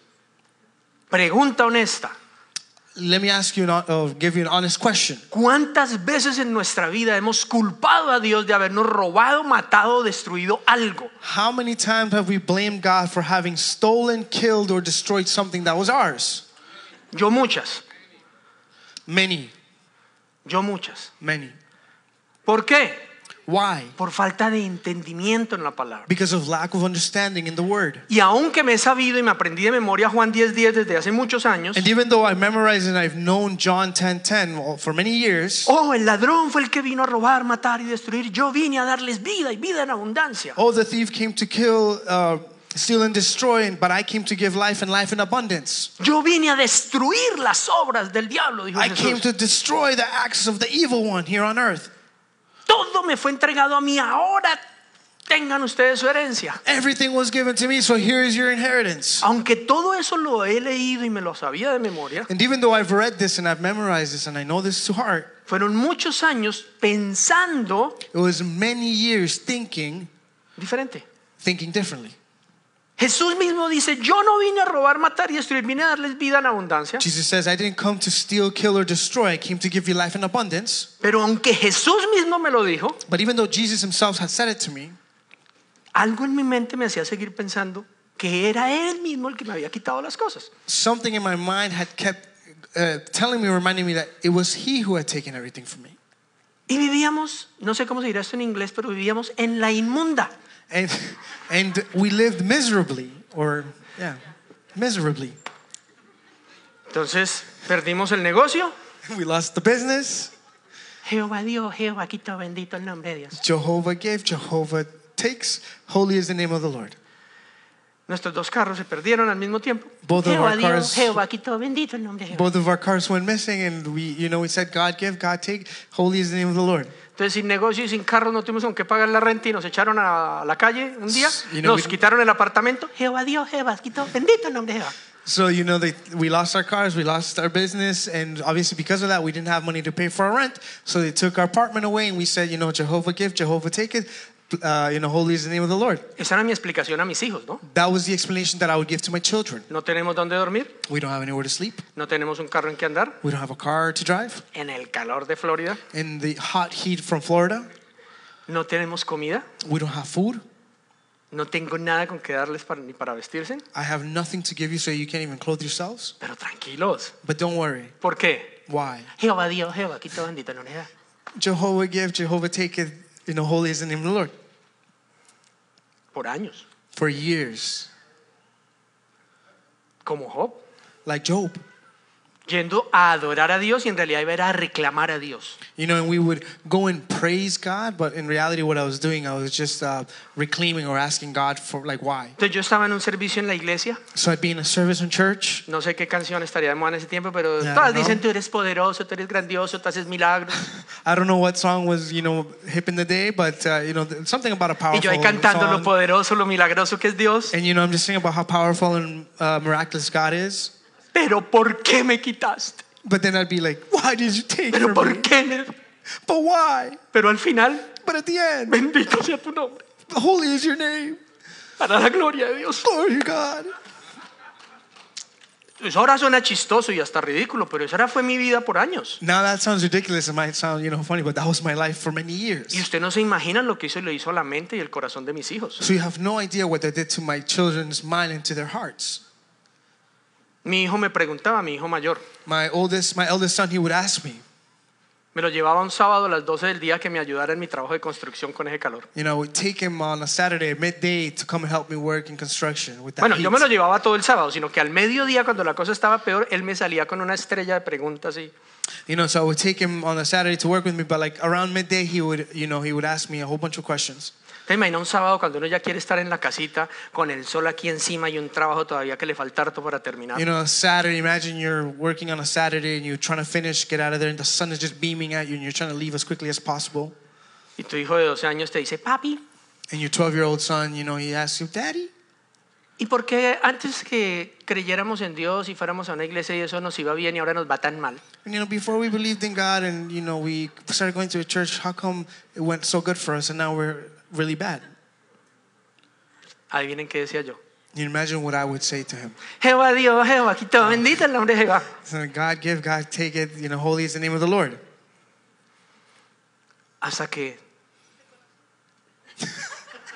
Pregunta honesta, Let me ask you, an, uh, give you an honest question. ¿Cuántas veces en nuestra vida hemos culpado a Dios de habernos robado, matado, o destruido algo? How many times have we blamed God for having stolen, killed, or destroyed something that was ours? Yo muchas, Many, yo muchas. many. ¿Por qué? Why? Por falta de entendimiento en la palabra. Because of lack of understanding in the Word. Y aunque me he sabido y me aprendí de memoria Juan 10.10 desde hace muchos años, And even though I memorized and I've known John 10:10 well, for many years, oh, el ladrón fue el que vino a robar, matar y destruir. Yo vine a darles vida y vida en abundancia. oh, the thief came to kill, uh, steal, and destroy, but I came to give life and life in abundance. Yo vine a destruir las obras del diablo, dijo I came Jesús. to destroy the acts of the evil one here on earth. Todo me fue entregado a mí, ahora tengan ustedes su herencia. Everything was given to me, so here is your inheritance. Aunque todo eso lo he leído y me lo sabía de memoria, And even though I've read this and I've memorized this and I know this to heart, fueron muchos años pensando it was many years thinking, diferente. thinking differently. Jesús mismo dice, yo no vine a robar, matar y destruir, vine a darles vida en abundancia. Jesus says, I didn't come to steal, kill, or destroy. I came to give you life in abundance. Pero aunque Jesús mismo me lo dijo, But even though Jesus himself had said it to me, algo en mi mente me hacía seguir pensando que era Él mismo el que me había quitado las cosas. something in my mind had kept uh, telling me, reminding me that it was He who had taken everything from me. Y vivíamos, no sé cómo se dirá esto en inglés, pero vivíamos en la inmunda. And, and we lived miserably, or, yeah, miserably. Entonces, perdimos el negocio. We lost the business. Jehová Dios, Jehová quitó, bendito el nombre de Dios. Jehovah gave, Jehovah takes. Holy is the name of the Lord. Nuestros dos carros se perdieron al mismo tiempo. Both of Jehová our Dios, cars- Jehová quitó, bendito el nombre de Jehová. Both of our cars went missing, and we, you know, we said, God give, God take. Holy is the name of the Lord. Entonces, sin negocio y sin carro no tuvimos con qué pagar la renta y nos echaron a la calle un día. You know, nos we- quitaron el apartamento. Jehová Dios, Jehová quitó, bendito el nombre de Jehová. So, you know, they, we lost our cars, we lost our business, and obviously because of that, we didn't have money to pay for our rent. So they took our apartment away, and we said, you know, Jehovah give, Jehovah take it. Uh, you know, holy is the name of the Lord. Esa era mi explicación a mis hijos, ¿no? That was the explanation that I would give to my children. No tenemos dónde dormir, We don't have anywhere to sleep. no tenemos un carro en que andar, We don't have a car to drive. en el calor de Florida, In the hot heat from Florida, no tenemos comida, we don't have food. No tengo nada con que darles para- ni para vestirse, I have nothing to give you, so you can't even clothe yourselves. pero tranquilos. But don't worry. ¿Por qué? Why? Jehová Dios, Jehová quito bendito no le da. Jehovah give, Jehovah taketh. You know, holy is the name of the Lord. Por años. For years, Como Job. like Job, Yendo a adorar a Dios y en realidad iba a ir a reclamar a Dios. you know, and we would go and praise God, but in reality, what I was doing, I was just uh, reclaiming or asking God for like why. Entonces yo estaba en un servicio en la iglesia. So I'd be in a service in church. No sé qué canción estaría de moda en ese tiempo, pero Ya, todas ¿no? dicen tú eres poderoso, tú eres grandioso, tú haces milagros. I don't know what song was you know hip in the day, but uh, you know th- something about a Y powerful yo ahí cantando lo song. poderoso, lo milagroso que es Dios. And you know, I'm just singing about how powerful and uh, miraculous God is. Pero ¿por qué me quitaste? But then I'd be like, why did you take Pero from me? ¿por qué? me- But why? Pero al final, But at the end, bendito sea tu nombre, holy is your name. para la gloria de Dios. Glory to God. Eso ahora suena chistoso y hasta ridículo, pero esa era fue mi vida por años. Now that sounds ridiculous. It might sound, you know, funny, but that was my life for many Y years. usted no se imagina lo que hizo y le hizo a la mente y el corazón de mis hijos. So you have no idea what that did to my children's mind and to their hearts. Mi hijo me preguntaba, mi hijo mayor, My oldest, my eldest son, he would ask me, me lo llevaba un sábado a las 12 del día que me ayudara en mi trabajo de construcción con ese calor. you know, I would take him on a Saturday at midday to come and help me work in construction with that Bueno, heat. yo me lo llevaba todo el sábado, sino que al mediodía, cuando la cosa estaba peor, él me salía con una estrella de preguntas y You know, so I would take him on a Saturday to work with me, but like around midday, he would, you know, he would ask me a whole bunch of questions. ¿Te imaginas un sábado cuando uno ya quiere estar en la casita con el sol aquí encima y un trabajo todavía que le falta harto para terminar? You know, Saturday, imagine you're working on a Saturday and you're trying to finish, get out of there, and the sun is just beaming at you, and you're trying to leave as quickly as possible. Y tu hijo de 12 años te dice, papi, And your 12 year old son, you know, he asks you, Daddy, ¿y por qué antes que creyéramos en Dios y fuéramos a una iglesia y eso nos iba bien y ahora nos va tan mal? you know, before we believed in God and, you know, we started going to a church, how come it went so good for us and now we're really bad? Adivinen qué decía yo. You imagine what I would say to him. Jehová Dios, Jehová, quito, bendito el nombre de Jehová. So, God give, God take it, you know, holy is the name of the Lord. Hasta que...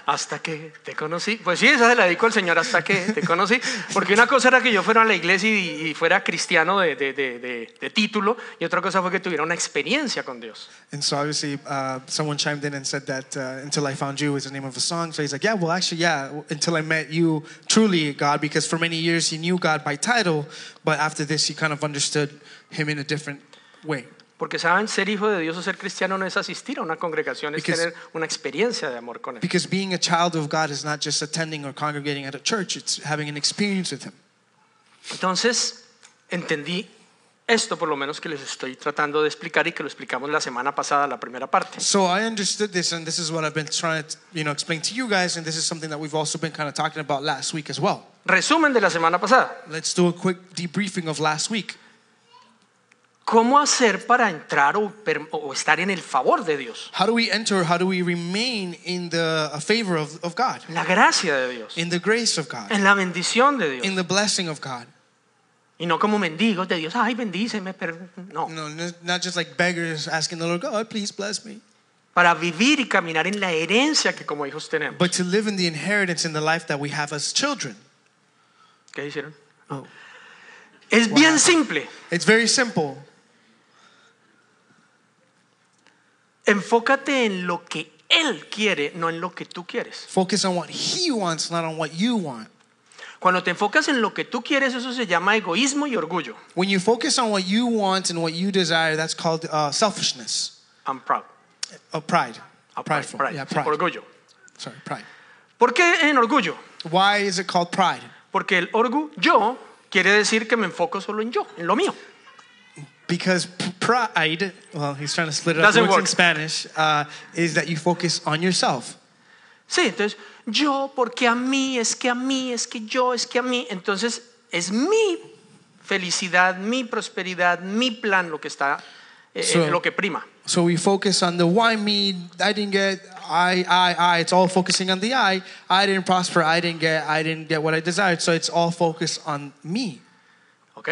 Hasta que te conocí. Pues sí, esa se la dedico al Señor, hasta que te conocí. Porque una cosa era que yo fuera a la iglesia y, y fuera cristiano de, de- de- de- de título, y otra cosa fue que tuviera una experiencia con Dios. And so obviously, uh, someone chimed in and said that uh, "Until I Found You" is the name of a song. So he's like, "Yeah, well, actually, yeah, until I met you, truly God, because for many years he knew God by title, but after this he kind of understood Him in a different way." Porque saben, ser hijo de Dios o ser cristiano no es asistir a una congregación, es Because- tener una experiencia de amor con Él. Because being a child of God is not just attending or congregating at a church; it's having an experience with Him. Entonces, entendí esto por lo menos que les estoy tratando de explicar y que lo explicamos la semana pasada, la primera parte. So I understood this, and this is what I've been trying to, you know, explain to you guys, and this is something that we've also been kind of talking about last week as well. Resumen de la semana pasada. Let's do a quick debriefing of last week. ¿Cómo hacer para entrar o, per- o estar en el favor de Dios? How do we enter? How do we remain in the uh, favor of, of God, En la gracia de Dios, in the grace of God, en la bendición de Dios. in the blessing of God? Y no como mendigos de Dios, ay, bendíceme, pero no. You know, n- not just like beggars asking the Lord, God, please bless me, Para vivir y caminar en la herencia que como hijos tenemos. but to live in the inheritance in the life that we have as children. ¿Qué hicieron? Es bien simple. It's very simple. Enfócate en lo que Él quiere, no en lo que tú quieres. Focus on what He wants, not on what you want. Cuando te enfocas en lo que tú quieres, eso se llama egoísmo y orgullo. When you focus on what you want and what you desire, that's called uh, selfishness, I'm proud. uh, pride, I'm prideful, Ah, pride, yeah, pride. pride. Orgullo. Sorry, pride. ¿Por qué en orgullo? Why is it called pride? Porque el orgullo quiere decir que me enfoco solo en yo, en lo mío. Because p- pride, well, he's trying to split it Doesn't up. What's in work. Spanish uh, is that you focus on yourself. Sí, entonces yo, porque a mí, es que a mí, es que yo, es que a mí. Entonces es mi felicidad, mi prosperidad, mi plan lo que está, eh, So- eh, lo que prima. So we focus on the why me, I didn't get, I, I, I. It's all focusing on the I. I didn't prosper, I didn't get, I didn't get what I desired. So it's all focused on me. ¿Ok?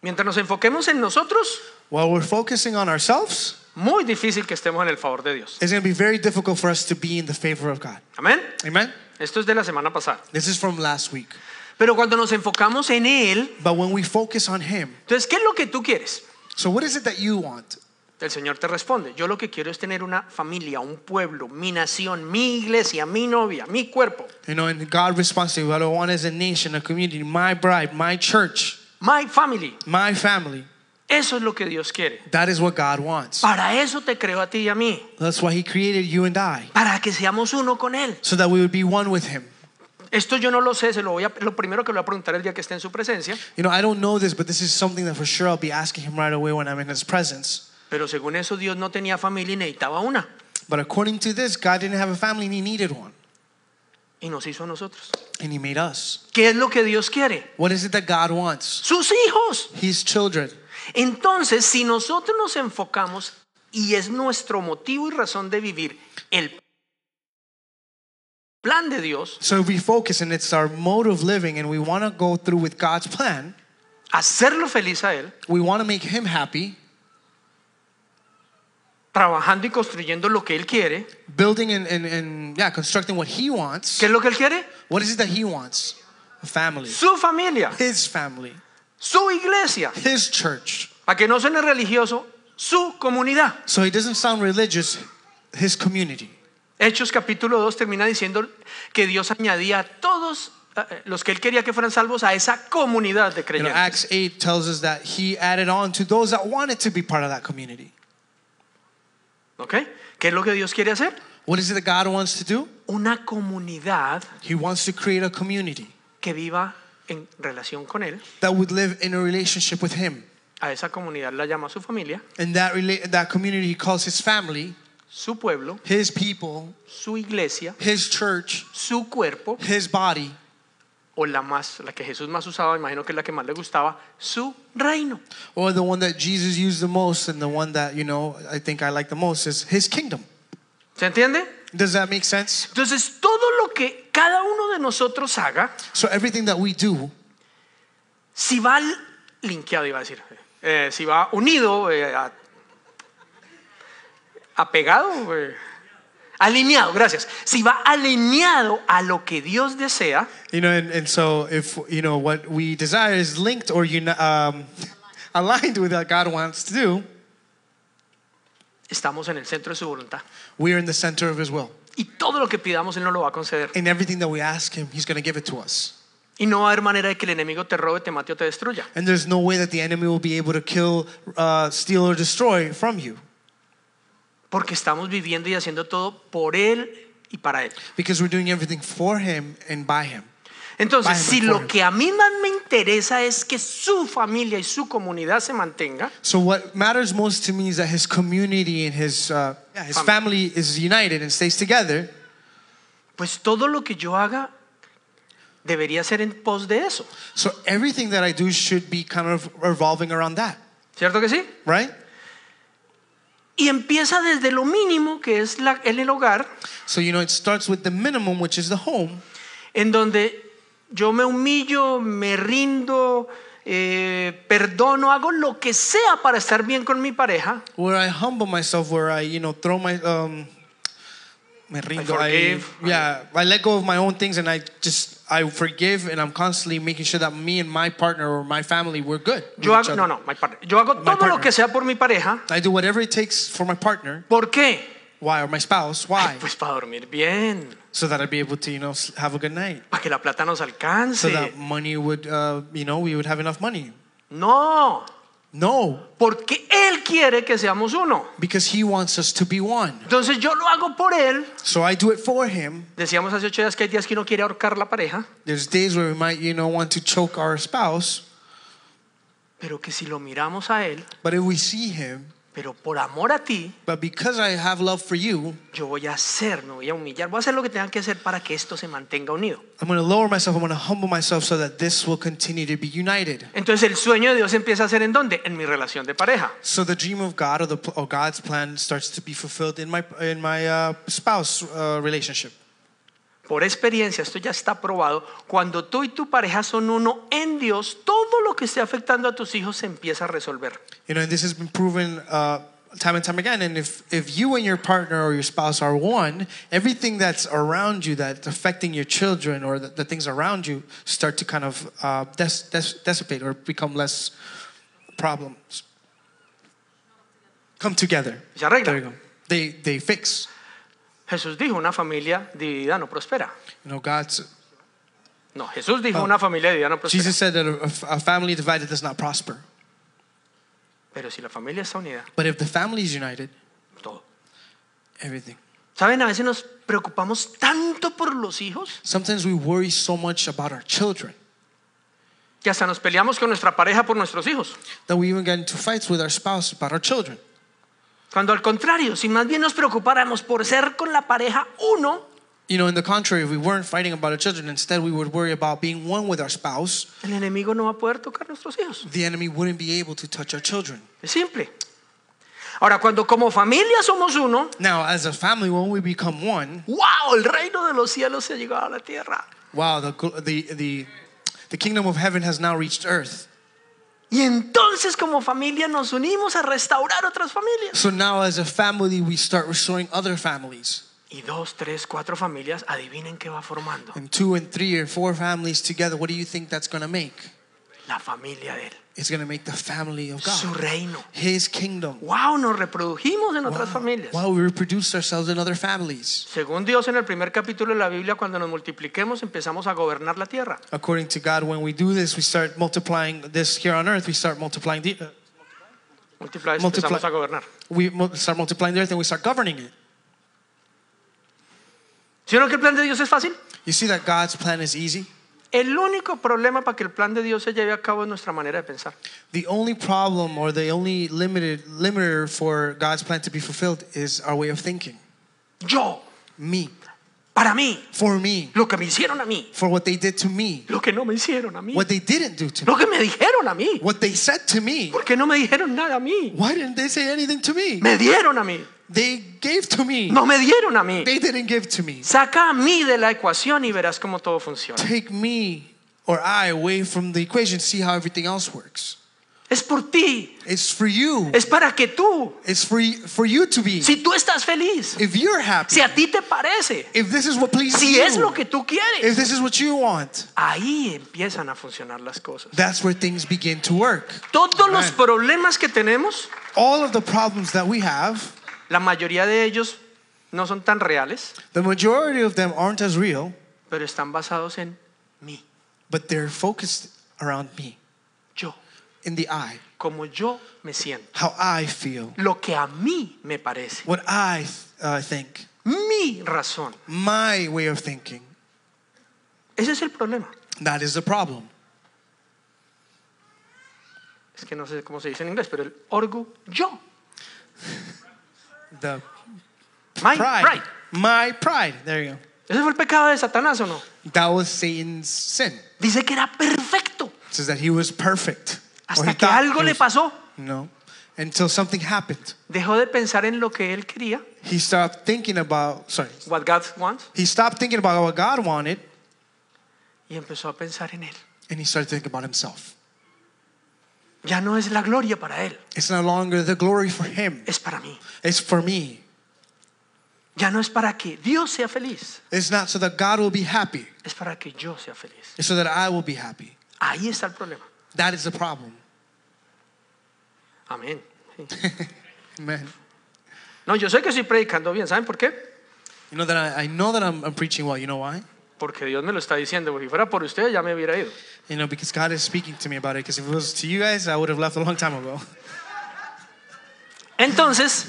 Mientras nos enfoquemos en nosotros, While we're focusing on ourselves, muy difícil que estemos en el favor de Dios. It's going to be very difficult for us to be in the favor of God. Amén. Amen? Esto es de la semana pasada. This is from last week. Pero cuando nos enfocamos en Él, But when we focus on Him, entonces, ¿qué es lo que tú quieres? so what is it that you want? El Señor te responde, yo lo que quiero es tener una familia, un pueblo, mi nación, mi iglesia, mi novia, mi cuerpo, You know, and God responds to you, what I want is a nation, a community, my bride, my church, my family. my family. Eso es lo que Dios quiere. That is what God wants. Para eso te creo a ti y a mí, That's why He created you and I, para que seamos uno con Él. so that we would be one with Him. Esto yo no lo sé, se lo voy a, lo primero que le voy a preguntar el día que esté en su presencia, You know, I don't know this, but this is something that for sure I'll be asking Him right away when I'm in His presence. pero según eso Dios no tenía familia y necesitaba una But according to this, God didn't have a family and He needed one, y nos hizo a nosotros. and He made us. ¿Qué es lo que Dios quiere? What is it that God wants? Sus hijos. His children. Entonces, si nosotros nos enfocamos y es nuestro motivo y razón de vivir el plan de Dios, So if we focus and it's our mode of living and we want to go through with God's plan, hacerlo feliz a Él, we want to make Him happy, trabajando y construyendo lo que Él quiere, building and, and, and yeah, constructing what He wants. ¿qué es lo que Él quiere? What is it that He wants? A family. Su familia, His family. su iglesia, His church. para que no suene religioso, su comunidad. So He doesn't sound religious, His community. Hechos capítulo 2 termina diciendo que Dios añadía a todos eh, los que Él quería que fueran salvos a esa comunidad de You know, creyentes. Acts 8 tells us that He added on to those that wanted to be part of that community. ¿Ok? ¿Qué es lo que Dios quiere hacer? What is it that God wants to do? Una comunidad He wants to create a community que viva en relación con él. that would live in a relationship with Him. A esa comunidad la llama su familia, And that, rela- that community He calls His family, su pueblo, His people, su iglesia, His church, su cuerpo His body. o la más la que Jesús más usaba, imagino que es la que más le gustaba, su reino. Or the one that Jesus used the most and the one that, you know, I think I like the most is His kingdom. ¿Se entiende? Does that make sense? Entonces, todo lo que cada uno de nosotros haga, So everything that we do, si va l- linkeado iba a decir, eh, si va unido eh, a- apegado eh, alineado, gracias. Si va alineado a lo que Dios desea, you know, and, and so if, you know, what we desire is linked or uni- um, aligned with what God wants to do, estamos en el centro de su voluntad. we are in the center of His will. Y todo lo que pidamos Él nos lo va a conceder. And everything that we ask Him, He's going to give it to us. Y no va a haber manera de que el enemigo te robe, te mate o te destruya. And there's no way that the enemy will be able to kill, uh, steal, or destroy from you Porque estamos viviendo y haciendo todo por Él y para Él. because we're doing everything for Him and by Him. Entonces, Vaya, si por lo favor. que a mí más me interesa es que su familia y su comunidad se mantenga, So what matters most to me is that His community and His, uh, yeah, his family is united and stays together. pues todo lo que yo haga debería ser en pos de eso. So everything that I do should be kind of revolving around that, ¿Cierto que sí? right? Y empieza desde lo mínimo, que es la- en el hogar, So you know, it starts with the minimum, which is the home, en donde yo me humillo, me rindo, eh, perdono, hago lo que sea para estar bien con mi pareja. where I humble myself, where I you know throw my um, me rindo, forgive. I, yeah, I let go of my own things and I just I forgive and I'm constantly making sure that me and my partner or my family we're good. with Yo each hago, other. no, no, my partner. Yo hago My todo lo partner. que sea por mi pareja. I do whatever it takes for my partner. ¿Por qué? Why or my spouse? Why? Pues para dormir bien, so that I'd be able to you know s- have a good night. para que la plata nos So alcance. that money would uh, you know we would have enough money. No, No, porque Él quiere que seamos uno. because He wants us to be one. Entonces yo lo hago por Él. So I do it for Him. Decíamos hace ocho días que hay días que uno quiere ahorcar la pareja, There's days where we might you know want to choke our spouse, pero que si lo miramos a Él, but if we see Him. pero por amor a ti, But because I have love for you, yo voy a hacer, me voy a humillar, voy a hacer lo que tenga que hacer para que esto se mantenga unido. I'm going to lower myself. I'm going to humble myself so that this will continue to be united. Entonces el sueño de Dios empieza a ser en dónde? En mi relación de pareja. So the dream of God or, the, pl- or God's plan starts to be fulfilled in my in my uh, spouse uh, relationship. Por experiencia, esto ya está probado, cuando tú y tu pareja son uno en Dios, todo lo que esté afectando a tus hijos se empieza a resolver. You know, and this has been proven uh, time and time again. And if, if you and your partner or your spouse are one, everything that's around you that's affecting your children or the, the things around you start to kind of uh, des- des- dissipate or become less problems. Come together. Se arregla. There you go. They, they fix. Jesús dijo, una familia dividida no prospera. You know, God's. No, Jesús dijo, una familia dividida no prospera. Jesus said that a, a family divided does not prosper. Pero si la familia está unida, But if the family is united, todo. everything. ¿Saben? A veces nos preocupamos tanto por los hijos Sometimes we worry so much about our children que hasta nos peleamos con nuestra pareja por nuestros hijos. that we even get into fights with our spouse about our children. Cuando al contrario, si más bien nos preocupáramos por ser con la pareja uno, You know, in the contrary, if we weren't fighting about our children, instead we would worry about being one with our spouse, el enemigo no va a poder tocar nuestros hijos. the enemy wouldn't be able to touch our children. Es simple. Ahora, cuando como familia somos uno, Now, as a family, when we become one, wow, el reino de los cielos se ha llegado a la tierra. wow, the, gl- the, the, the kingdom of heaven has now reached earth. Y entonces como familia nos unimos a restaurar otras familias. So now, as a family, we start restoring other families. Y dos, tres, cuatro familias, adivinen qué va formando. And two and three or four families together, what do you think that's going to make? La familia de él. It's going to make the family of Su God, reino. His kingdom. Wow, nos reprodujimos en otras familias. Wow, we reproduce ourselves in other families. Según Dios en el primer capítulo de la Biblia, cuando nos multipliquemos empezamos a gobernar la tierra. According to God, when we do this, we start multiplying this here on earth. We start multiplying the, Multiplicar Multiply- empezamos a gobernar. we mul- start multiplying the earth, and we start governing it. ¿Sí o no que el plan de Dios es fácil? You see that God's plan is easy. El único problema para que el plan de Dios se lleve a cabo es nuestra manera de pensar. The only problem, or the only limited limiter for God's plan to be fulfilled, is our way of thinking. Yo, Me, para mí, for me, lo que me hicieron a mí, for what they did to me, lo que no me hicieron a mí, what they didn't do to me, lo que me dijeron a mí, what they said to me. porque no me dijeron nada a mí, Why didn't they say anything to me? me dieron a mí, They gave to me. no me dieron a mí. They didn't give to me. Saca a mí de la ecuación y verás cómo todo funciona. take me or I away from the equation, see how everything else works. Es por ti, It's for you. es para que tú, It's for y- for you to be. si tú estás feliz, If you're happy, si a ti te parece, if this is what pleases si you, es lo que tú quieres, if this is what you want, ahí empiezan a funcionar las cosas. that's where things begin to work. Todos los Amen. problemas que tenemos, All of the problems that we have, la mayoría de ellos no son tan reales, the majority of them aren't as real, pero están basados en mí, but they're focused around me, yo, in the I, como yo me siento, how I feel, lo que a mí me parece, what I uh, think, mi razón. my way of thinking. Ese es el problema. That is the problem. Es que no sé cómo se dice en inglés, pero el orgullo. The My pride. pride. My pride. There you go. Ese fue el pecado de Satanás o no? That was Satan's sin. Dice que era perfecto It says that he was perfect. Or hasta he que thought algo he le was- pasó. No. Until something happened. Dejó de pensar en lo que él quería, He stopped thinking about, sorry. what God wants, He stopped thinking about what God wanted y empezó a pensar en él. and he started thinking about himself. Ya no es la gloria para él, It's no longer the glory for him. es para mí. It's for me. Ya no es para que Dios sea feliz, It's not so that God will be happy. es para que yo sea feliz. It's so that I will be happy. Ahí está el problema. That is the problem. Amén. Sí. Amen. No, yo sé que estoy predicando bien, ¿saben por qué? You know that I, I know that I'm, I'm preaching well. You know why? Porque Dios me lo está diciendo, porque si fuera por ustedes ya me hubiera ido. You know, because God is speaking to me about it. Because if it was to you guys, I would have left a long time ago. Entonces,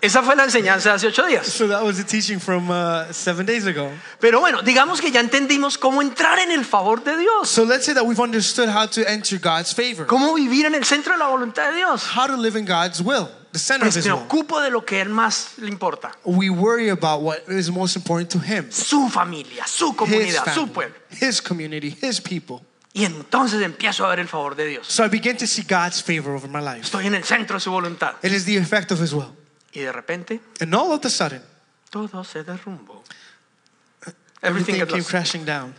esa fue la enseñanza de hace ocho días. So that was a teaching from uh, seven days ago. Pero bueno, digamos que ya entendimos cómo entrar en el favor de Dios, So let's say that we've understood how to enter God's favor, cómo vivir en el centro de la voluntad de Dios. Pues how to live in God's will, the center Me of His will. preocupo de lo que a él más le importa, We worry about what is most important to Him su familia, su His comunidad, su family, pueblo. His community, His people. Y entonces empiezo a ver el favor de Dios. So I began to see God's favor over my life. Estoy en el centro de su voluntad. It is the effect of His will. Y de repente, And all of a sudden, todo se derrumbó. Everything everything gets came lost. crashing down.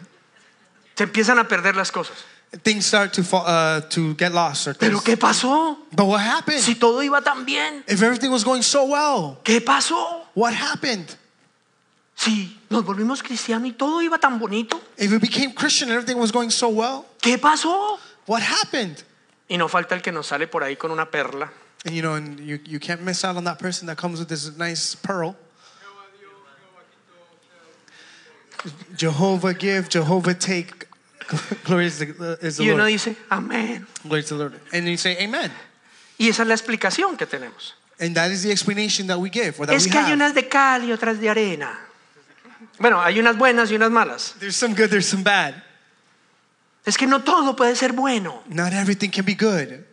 Se empiezan a perder las cosas. things start to fall, uh, to get lost. Or ¿Pero things. qué pasó? But what happened? Si todo iba tan bien, if everything was going so well, ¿qué pasó? what happened? Si nos volvimos cristianos y todo iba tan bonito, If we became Christian and everything was going so well, ¿qué pasó? what happened? Y no falta el que nos sale por ahí con una perla. And you know, and you, you can't miss out on that person that comes with this nice pearl. Jehovah give, Jehovah take. Glory is the, is the Y uno Lord. dice, amén. Glory to the Lord. And you say, Amen. Y esa es la explicación que tenemos. And that is the explanation that we give, or that Es we que hay have. unas de cal y otras de arena. Bueno, hay unas buenas y unas malas. There's some good, there's some bad. Es que no todo puede ser bueno. Not everything can be good.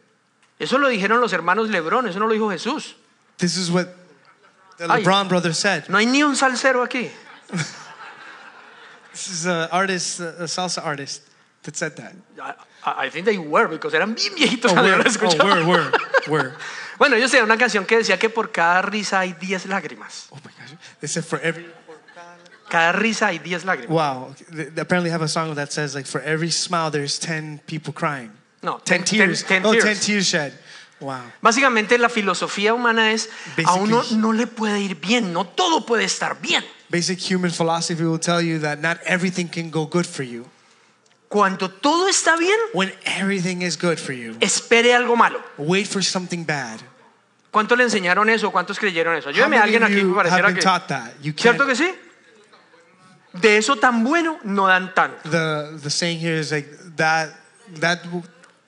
Eso lo dijeron los hermanos Lebrón, eso no lo dijo Jesús. This is what the Ay. LeBron brother said. No hay ni un salsero aquí. This is an artist, a salsa artist that said that. I, I think they were, because eran bien viejitos Oh, cuando yo word, lo oh, escuchaba. word, word, word. Bueno, ellos tenían una canción que decía que por cada risa hay 10 lágrimas. Oh my gosh. They said for every. Cada risa hay 10 lágrimas. Wow. Okay. They they apparently have a song that says like for every smile there's ten people crying. No, 10 Ten, tears. oh, ten tears. tears shed. Wow. Básicamente la filosofía humana es a Basically- uno no le puede ir bien, no todo puede estar bien. Basic human philosophy will tell you that not everything can go good for you. Cuando todo está bien, When everything is good for you, espere algo malo. wait for something bad. ¿Cuánto le enseñaron eso? ¿Cuántos creyeron eso? How Ayúdeme a many alguien of aquí que you have pareciera been que taught that? You can't. ¿Cierto que sí? De eso tan bueno no dan tanto. The the saying here is like that that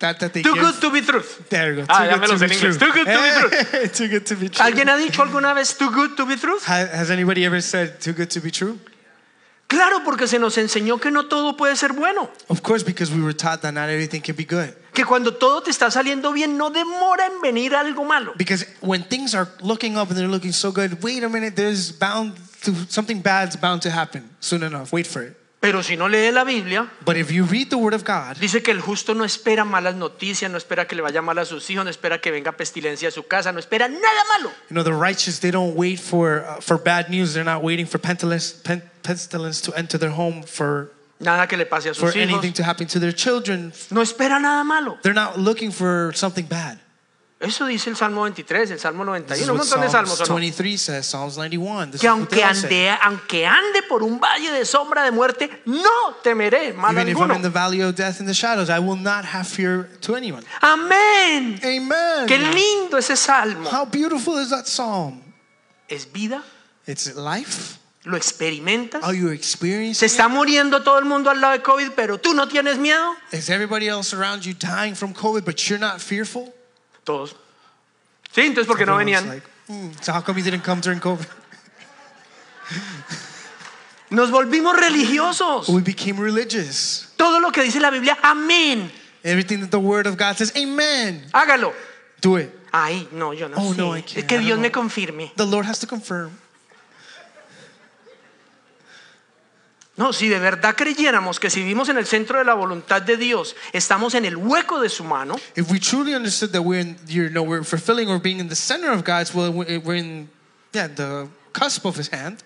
that that they Too give. good to be truth. There you go. Ah, Too ya me good lo to sé be en true. inglés. Too good to be Eh, too good to be true. ¿Alguien ha dicho alguna vez too good to be truth? Ha- Has anybody ever said too good to be true? Claro, porque se nos enseñó que no todo puede ser bueno. Of course, because we were taught that not everything can be good. Que cuando todo te está saliendo bien, no demora en venir algo malo. Because when things are looking up and they're looking so good, wait a minute, there's bound to, something bad's bound to happen soon enough. Wait for it. Pero si no lee la Biblia, But if you read the Word of God, dice que el justo no espera malas noticias, no espera que le vaya mal a sus hijos, no espera que venga pestilencia a su casa, no espera nada malo. you know the righteous they don't wait for uh, for bad news. They're not waiting for pentilence, pen, pestilence to enter their home for Nada que le pase a for sus hijos. anything to happen to their children. No espera nada malo. They're not looking for something bad. Eso dice el Salmo 23, el Salmo This is 91, un what montón de salmos. Psalms ¿o no? 23 says, Psalms 91. This que is what they aunque all say. ande, aunque ande por un valle de sombra de muerte, no temeré mal Even if I'm in the alguno. valley of death and the shadows, I will not have fear to anyone. Amén. Amen. Qué lindo ese salmo. How beautiful is that psalm? Es vida, It's life. lo experimentas. Are you Se experiencing? está muriendo todo el mundo al lado de COVID, pero tú no tienes miedo. it? Is everybody else around you dying from COVID, but you're not fearful? Todos. Sí, entonces ¿por qué no Everyone's venían? like, "Hmm, so how come you didn't come during COVID? Nos volvimos religiosos. We became religious. Todo lo que dice la Biblia, amén. Everything that the Word of God says, Amen. Hágalo. Do it. Ay, no, yo no Oh, sé. no, I es can't. I que don't Dios me know. confirme. The Lord has to confirm. No, si de verdad creyéramos que si vivimos en el centro de la voluntad de Dios, estamos en el hueco de su mano, If we truly understood that we're in, you know, we're fulfilling or being in the center of God's will, we're we're in, yeah, the cusp of His hand.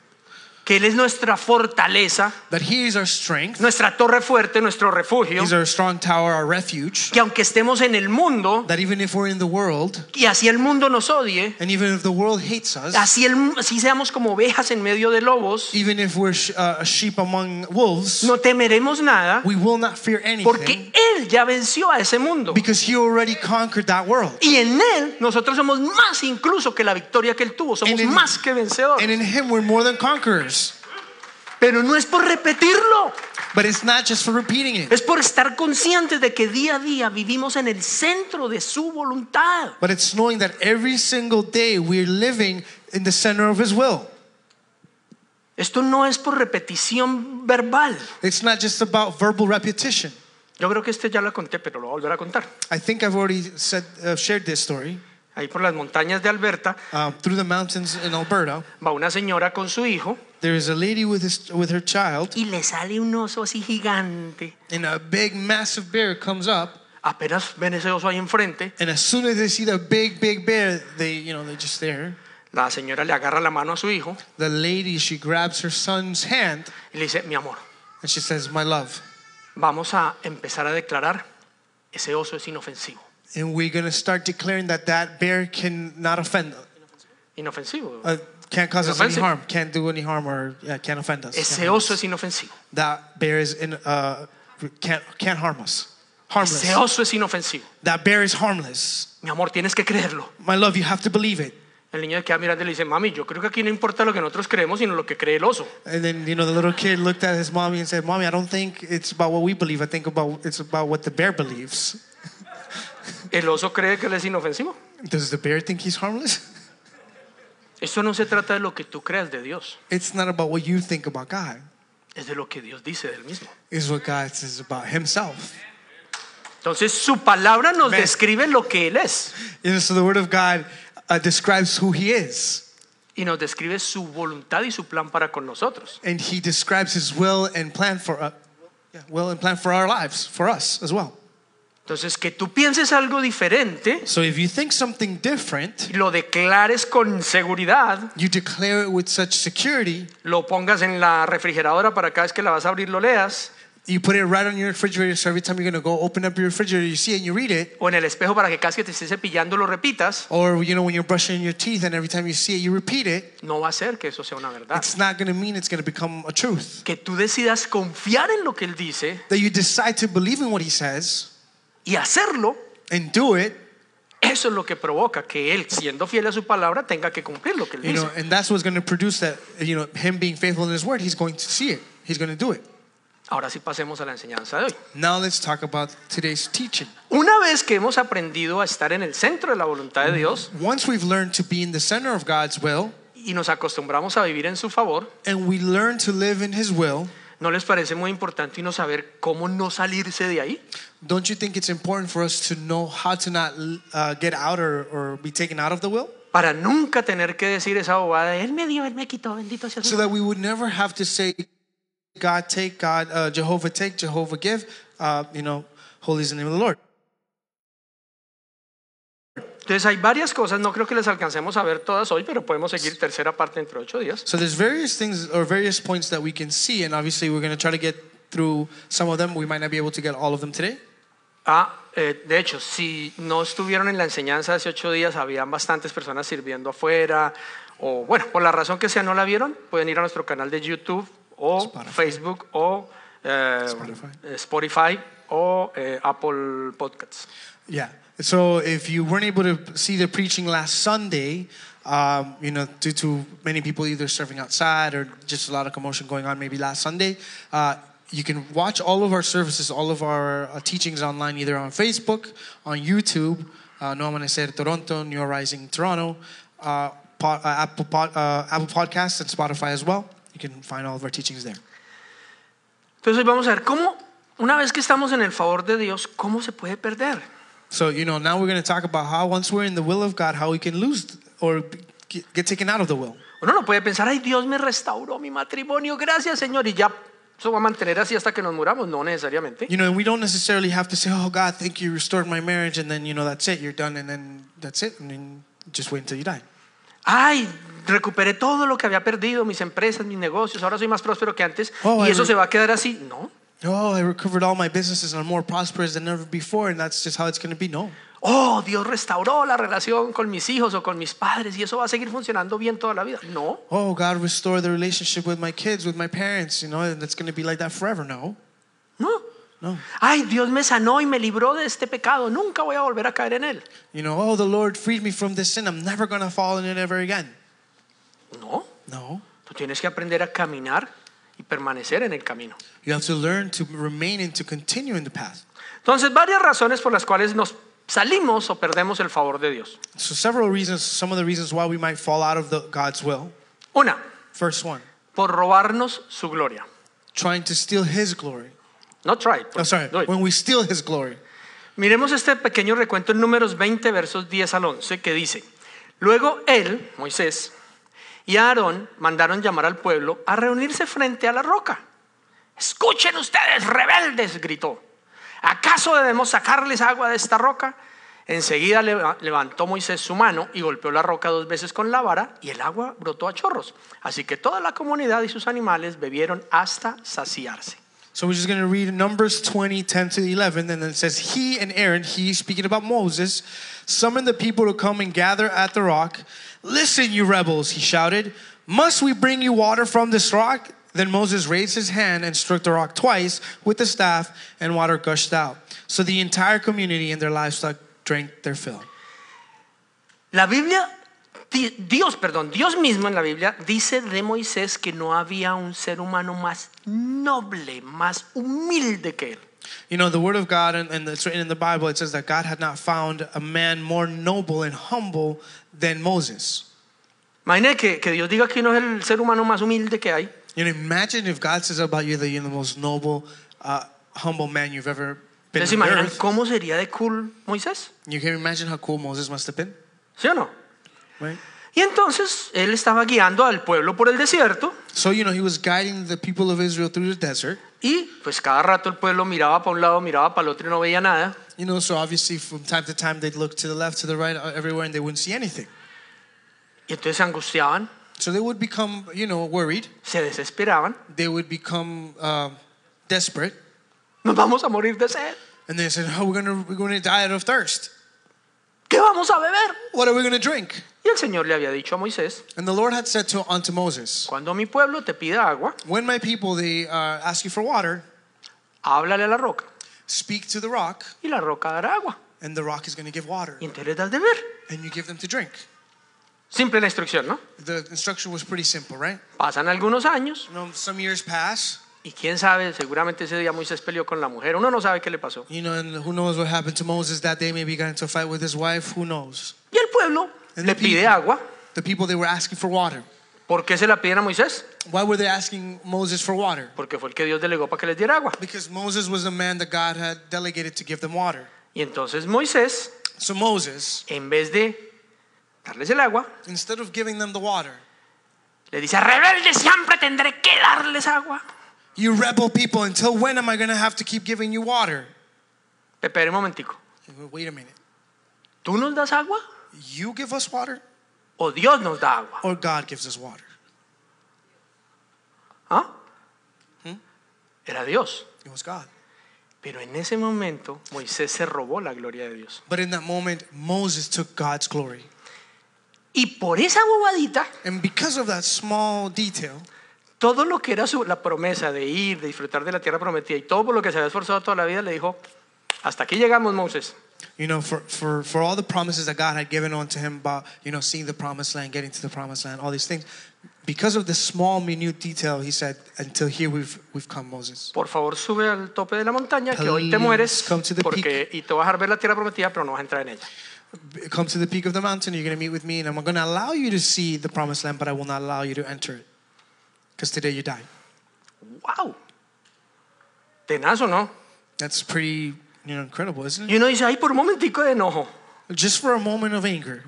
que Él es nuestra fortaleza, That He is our strength. nuestra torre fuerte, nuestro refugio, He's our strong tower, our refuge. que aunque estemos en el mundo That even if we're in the world, y así el mundo nos odie, and even if the world hates us, así, el- así seamos como ovejas en medio de lobos, even if we're sh- uh, a sheep among wolves, no temeremos nada we will not fear anything porque Él ya venció a ese mundo. because He already conquered that world. Y en Él nosotros somos más incluso que la victoria que Él tuvo, somos And in- más que And vencedores. in Him, we're more than conquerors. Pero no es por repetirlo. But it's not just for repeating it, Es por estar conscientes de que día a día vivimos en el centro de su voluntad. but it's knowing that every single day we're living in the center of His will. Esto no es por repetición verbal. It's not just about verbal repetition. Yo creo que este ya lo conté, pero lo voy a volver a contar. I think I've already said, uh, shared this story. Ahí por las montañas de Alberta Um, through the mountains in Alberta, va una señora con su hijo there is a lady with, his, with her child, y le sale un oso así gigante. and a big, massive bear comes up. Apenas ven ese oso ahí enfrente, And as soon as they see the big, big bear, they, you know, they're just there. la señora le agarra la mano a su hijo The lady, she grabs her son's hand y le dice, mi amor, and she says, My love, vamos a empezar a declarar, ese oso es inofensivo. And we're going to start declaring that that bear cannot offend, Inofensivo. uh, can't cause us any Offensive. harm, can't do any harm, or yeah, can't offend us. can't Ese harm oso us. es inofensivo. That bear is in, uh, can't, can't harm us. Harmless. Ese oso es inofensivo. That bear is harmless. Mi amor, tienes que creerlo. My love, you have to believe it. El niño queda mirando y le dice, mami, yo creo que aquí no importa lo que nosotros creemos, sino lo que cree el oso. And then you know the little kid looked at his mommy and said, "Mommy, I don't think it's about what we believe. I think about it's about what the bear believes." El oso cree que él es inofensivo. Does the bear think he's harmless? Esto no se trata de lo que tú creas de Dios, It's not about what you think about God. es de lo que Dios dice del mismo. It's what God says about Himself. Entonces su palabra nos Amén. describe lo que Él es You know, so the Word of God uh, describes who He is, y nos describe su voluntad y su plan para con nosotros. and He describes His will and plan for uh, yeah, will and plan for our lives, for us as well. Entonces que tú pienses algo diferente, So if you think something different, y lo declares con seguridad, you declare it with such security. lo pongas en la refrigeradora para cada vez que la vas a abrir lo leas, You put it right on your refrigerator, so every time you're gonna go open up your refrigerator, you see it and you read it. o en el espejo para que cada vez que te estés cepillando lo repitas, Or you know when you're brushing your teeth and every time you see it you repeat it, no va a ser que eso sea una verdad. it's not going to mean it's going to become a truth. Que tú decidas confiar en lo que Él dice That you decide to believe in what he says y hacerlo, and do it, eso es lo que provoca que Él, siendo fiel a su palabra, tenga que cumplir lo que Él you know, dice. and that's what's going to produce that, you know, him being faithful in his word, he's going to see it. He's going to do it. Ahora sí pasemos a la enseñanza de hoy. Now let's talk about today's teaching. Una vez que hemos aprendido a estar en el centro de la voluntad de Dios Once we've learned to be in the center of God's will y nos acostumbramos a vivir en su favor, and we learn to live in his will, ¿no les parece muy importante no saber cómo no salirse de ahí? don't you think it's important for us to know how to not uh, get out or, or be taken out of the will? Para nunca tener que decir esa bobada de, Él me dio, Él me quitó, bendito sea so su that we would never have to say, God take, God, uh, Jehovah take, Jehovah give. Uh, you know, holy is the name of the Lord. Entonces hay varias cosas, no creo que les alcancemos a ver todas hoy, pero podemos seguir tercera parte entre ocho días. So there's various things or various points that we can see, and obviously we're going to try to get through some of them. We might not be able to get all of them today. Ah, eh, de hecho, si no estuvieron en la enseñanza hace ocho días, habían bastantes personas sirviendo afuera, o bueno, por la razón que sea no la vieron, pueden ir a nuestro canal de YouTube o Spotify. Facebook o eh, Spotify. Spotify o eh, Apple Podcasts. Yeah. So if you weren't able to see the preaching last Sunday, um, you know, due to many people either serving outside or just a lot of commotion going on, maybe last Sunday, uh, you can watch all of our services, all of our uh, teachings online, either on Facebook, on YouTube, uh, No Amanecer Toronto, New Rising Toronto, uh, po- uh, Apple, pod- uh, Apple Podcasts, and Spotify as well. You can find all of our teachings there. Entonces hoy vamos a ver cómo, una vez que estamos en el favor de Dios, cómo se puede perder. So, you know, now we're going to talk about how once we're in the will of God, how we can lose or get get taken out of the will. Uno no puede pensar, ay Dios me restauró mi matrimonio, gracias Señor, y ya eso va a mantener así hasta que nos muramos, no necesariamente. You know, and we don't necessarily have to say, "Oh God, thank you, you restored my marriage," and then you know that's it, you're done, and then that's it, and then just wait until you die. Ay, recuperé todo lo que había perdido, mis empresas, mis negocios, ahora soy más próspero que antes Oh, y eso I- se va a quedar así. No. Oh, I recovered all my businesses and I'm more prosperous than ever before, and that's just how it's going to be. No, Oh, Dios restauró la relación con mis hijos o con mis padres y eso va a seguir funcionando bien toda la vida. No. oh God, restore the relationship with my kids, with my parents, you know, and that's going to be like that forever. No, No. no, Ay, Dios me sanó y me libró de este pecado, nunca voy a volver a caer en él. you know, oh the Lord freed me from this sin, I'm never going to fall in it ever again. No. No, Tú tienes que aprender a caminar y permanecer en el camino. you have to learn to remain and to continue in the path. Entonces, varias razones por las cuales nos salimos o perdemos el favor de Dios. So several reasons, some of the reasons why we might fall out of the, God's will. Una, First one. por robarnos su gloria. trying to steal his glory. No try. it, Oh, sorry, do it. when we steal his glory. Miremos este pequeño recuento en números 20, versos 10 al 11, que dice, luego él, Moisés, y Aarón mandaron llamar al pueblo a reunirse frente a la roca. Escuchen ustedes, rebeldes, gritó. ¿Acaso debemos sacarles agua de esta roca? Enseguida leva- levantó Moisés su mano y golpeó la roca dos veces con la vara y el agua brotó a chorros. Así que toda la comunidad y sus animales bebieron hasta saciarse. So we're just going to read Numbers 20, 10 to 11. And then it says, He and Aaron, he speaking about Moses, summoned the people to come and gather at the rock. Listen, you rebels, he shouted. Must we bring you water from this rock? Then Moses raised his hand and struck the rock twice with the staff, and water gushed out. So the entire community and their livestock drank their fill. La Biblia, di- Dios, perdón, Dios mismo en la Biblia dice de Moisés que no había un ser humano más noble, más humilde que él. You know, the word of God, and, and it's written in the Bible, it says that God had not found a man more noble and humble than Moses. Imagínate que, que Dios diga que uno es el ser humano más humilde que hay. You know, imagine if God says about you that you're the most noble, uh, humble man you've ever been Entonces on the imaginan earth. cómo sería de cool Moisés, You can imagine how cool Moses must have been, ¿sí o no? right? Y entonces él estaba guiando al pueblo por el desierto So, you know, he was guiding the people of Israel through the desert. y pues cada rato el pueblo miraba para un lado, miraba para el otro y no veía nada. You know, so obviously from time to time they'd look to the left, to the right, uh, everywhere, and they wouldn't see anything. Y entonces se angustiaban, So they would become, you know, worried. se desesperaban, They would become um desperate, nos vamos a morir de sed, and they said, "Oh, we're gonna we're gonna die out of thirst. ¿qué vamos a beber? What are we gonna drink?" Y el Señor le había dicho a Moisés, And the Lord had said to unto Moses, cuando mi pueblo te pida agua, "When my people they uh, ask you for water, háblale a la roca speak to the rock, y la roca dará agua. and the rock is gonna give water, Y entonces les das de beber. and you give them to drink." Simple la instrucción, ¿no? The instruction was pretty simple, right? Pasan algunos años You know, some years pass. y quién sabe, seguramente ese día Moisés peleó con la mujer, uno no sabe qué le pasó. You know, and who knows what happened to Moses that day? Maybe he got into a fight with his wife. Who knows? Y el pueblo And le the people. pide agua. The people they were asking for water. ¿Por qué se la piden a Moisés? Why were they asking Moses for water? Porque fue el que Dios delegó para que les diera agua. Because Moses was the man that God had delegated to give them water. Y entonces Moisés, So Moses, en vez de darles el agua, instead of giving them the water, le dice, rebelde, siempre tendré que darles agua. you rebel people, until when am I going to have to keep giving you water? Pepe, un momentico. Wait a minute. ¿Tú nos das agua You give us water o Dios nos da agua? or God gives us water? ¿Ah? Era Dios. It was God. Pero en ese momento Moisés se robó la gloria de Dios. But in that moment, Moses took God's glory. Y por esa bobadita, And because of that small detail, todo lo que era su- la promesa de ir, de disfrutar de la tierra prometida y todo por lo que se había esforzado toda la vida, le dijo, hasta aquí llegamos, Moisés. you know, for, for, for all the promises that God had given unto him about, you know, seeing the promised land, getting to the promised land, all these things, because of this small, minute detail, he said, until here we've, we've come, Moses. Por favor, sube al tope de la montaña, que hoy te Please mueres, come to the porque y te vas a ver la tierra prometida, pero no vas a entrar en ella. Come to the peak of the mountain, you're going to meet with me, and I'm going to allow you to see the promised land, but I will not allow you to enter it. Because today you die. ¡Wow! Tenaz o no. That's pretty, you know, incredible, isn't Y it? uno dice, ay, por un momentico de enojo. Just for a moment of anger.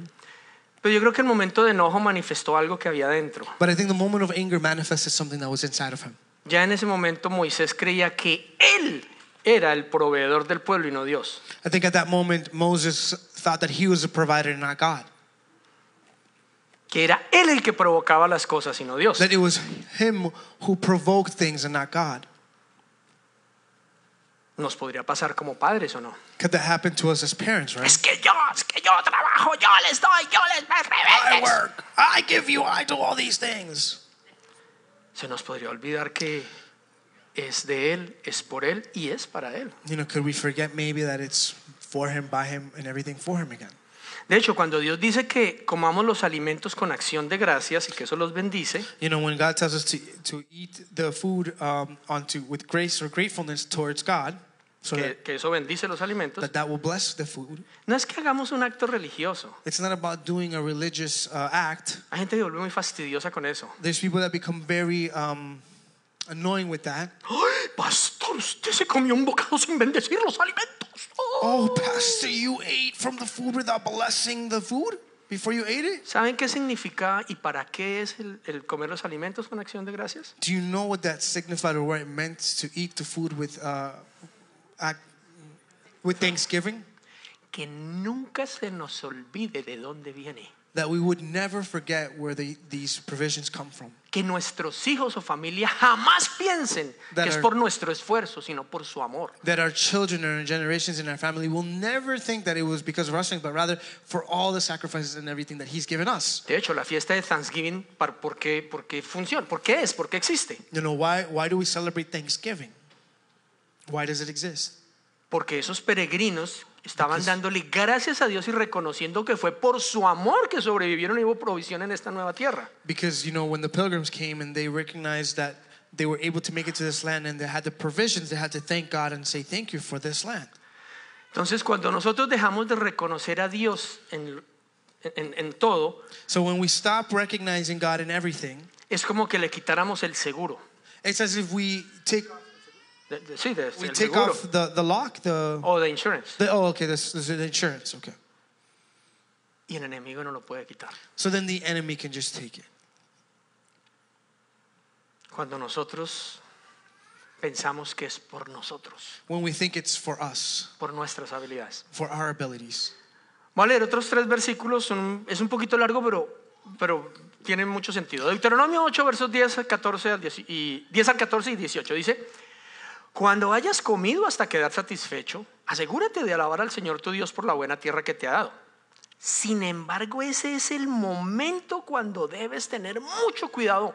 Pero yo creo que el momento de enojo manifestó algo que había dentro. But I think the moment of anger manifested something that was inside of him. Ya en ese momento Moisés creía que él era el proveedor del pueblo y no Dios. I think at that moment, Moses thought that he was the provider and not God. Que era él el que provocaba las cosas y no Dios. That it was him who provoked things and not God. Nos podría pasar como padres o no. Could that happen to us as parents, right? Es que yo, es que yo trabajo, yo les doy, yo les me I rebeldes. work. I give you. I do all these things. Se nos podría olvidar que es de él, es por él y es para él. You know, could we forget maybe that it's for him, by him, and everything for him again? De hecho, cuando Dios dice que comamos los alimentos con acción de gracias y que eso los bendice, You know, when God tells us to, to eat the food um, onto with grace or gratefulness towards God, so que, that, que eso bendice los alimentos, that that will bless the food. no es que hagamos un acto religioso. It's not about doing a religious uh, act. Hay gente que se vuelve muy fastidiosa con eso. There's people that become very um, annoying with that. ¡Ay, pastor, usted se comió un bocado sin bendecir los alimentos. Oh, pastor, you ate from the food without blessing the food before you ate it? ¿Saben qué significa y para qué es el- el comer los alimentos con acción de gracias? Do you know what that signified or what it meant to eat the food with, uh, act, with thanksgiving? que nunca se nos olvide de dónde viene. that we would never forget where the, these provisions come from. Que nuestros hijos o familia jamás piensen That que es are- por nuestro esfuerzo, sino por su amor. That our children and our generations and our family will never think that it was because of wrestling, but rather for all the sacrifices and everything that He's given us. De hecho, la fiesta de Thanksgiving, par- ¿por qué, por qué funciona? ¿Por qué es? ¿Por qué existe? You know, why, why do we celebrate Thanksgiving? Why does it exist? Porque esos peregrinos estaban dándole gracias a Dios y reconociendo que fue por su amor que sobrevivieron y hubo provisión en esta nueva tierra. Because, you know, when the pilgrims came and they recognized that they were able to make it to this land and they had the provisions, they had to thank God and say, Thank you for this land. Entonces, cuando nosotros dejamos de reconocer a Dios en, en- en todo, So when we stop recognizing God in everything, es como que le quitáramos el seguro. it's as if we take, De- de- sí, de- we el take seguro. off the, the lock, the, O de insurance. the oh, okay, this, this is the insurance, okay. Y el enemigo no lo puede quitar. So then the enemy can just take it. Cuando nosotros pensamos que es por nosotros, When we think it's for us, por nuestras habilidades. for our abilities. Voy a leer otros tres versículos, son- es un poquito largo, pero, pero tiene mucho sentido. Deuteronomio 8, versos 10 al 14, al 10 y, 10 al 14 y 18 dice, cuando hayas comido hasta quedar satisfecho, asegúrate de alabar al Señor tu Dios por la buena tierra que te ha dado. Sin embargo, ese es el momento cuando debes tener mucho cuidado.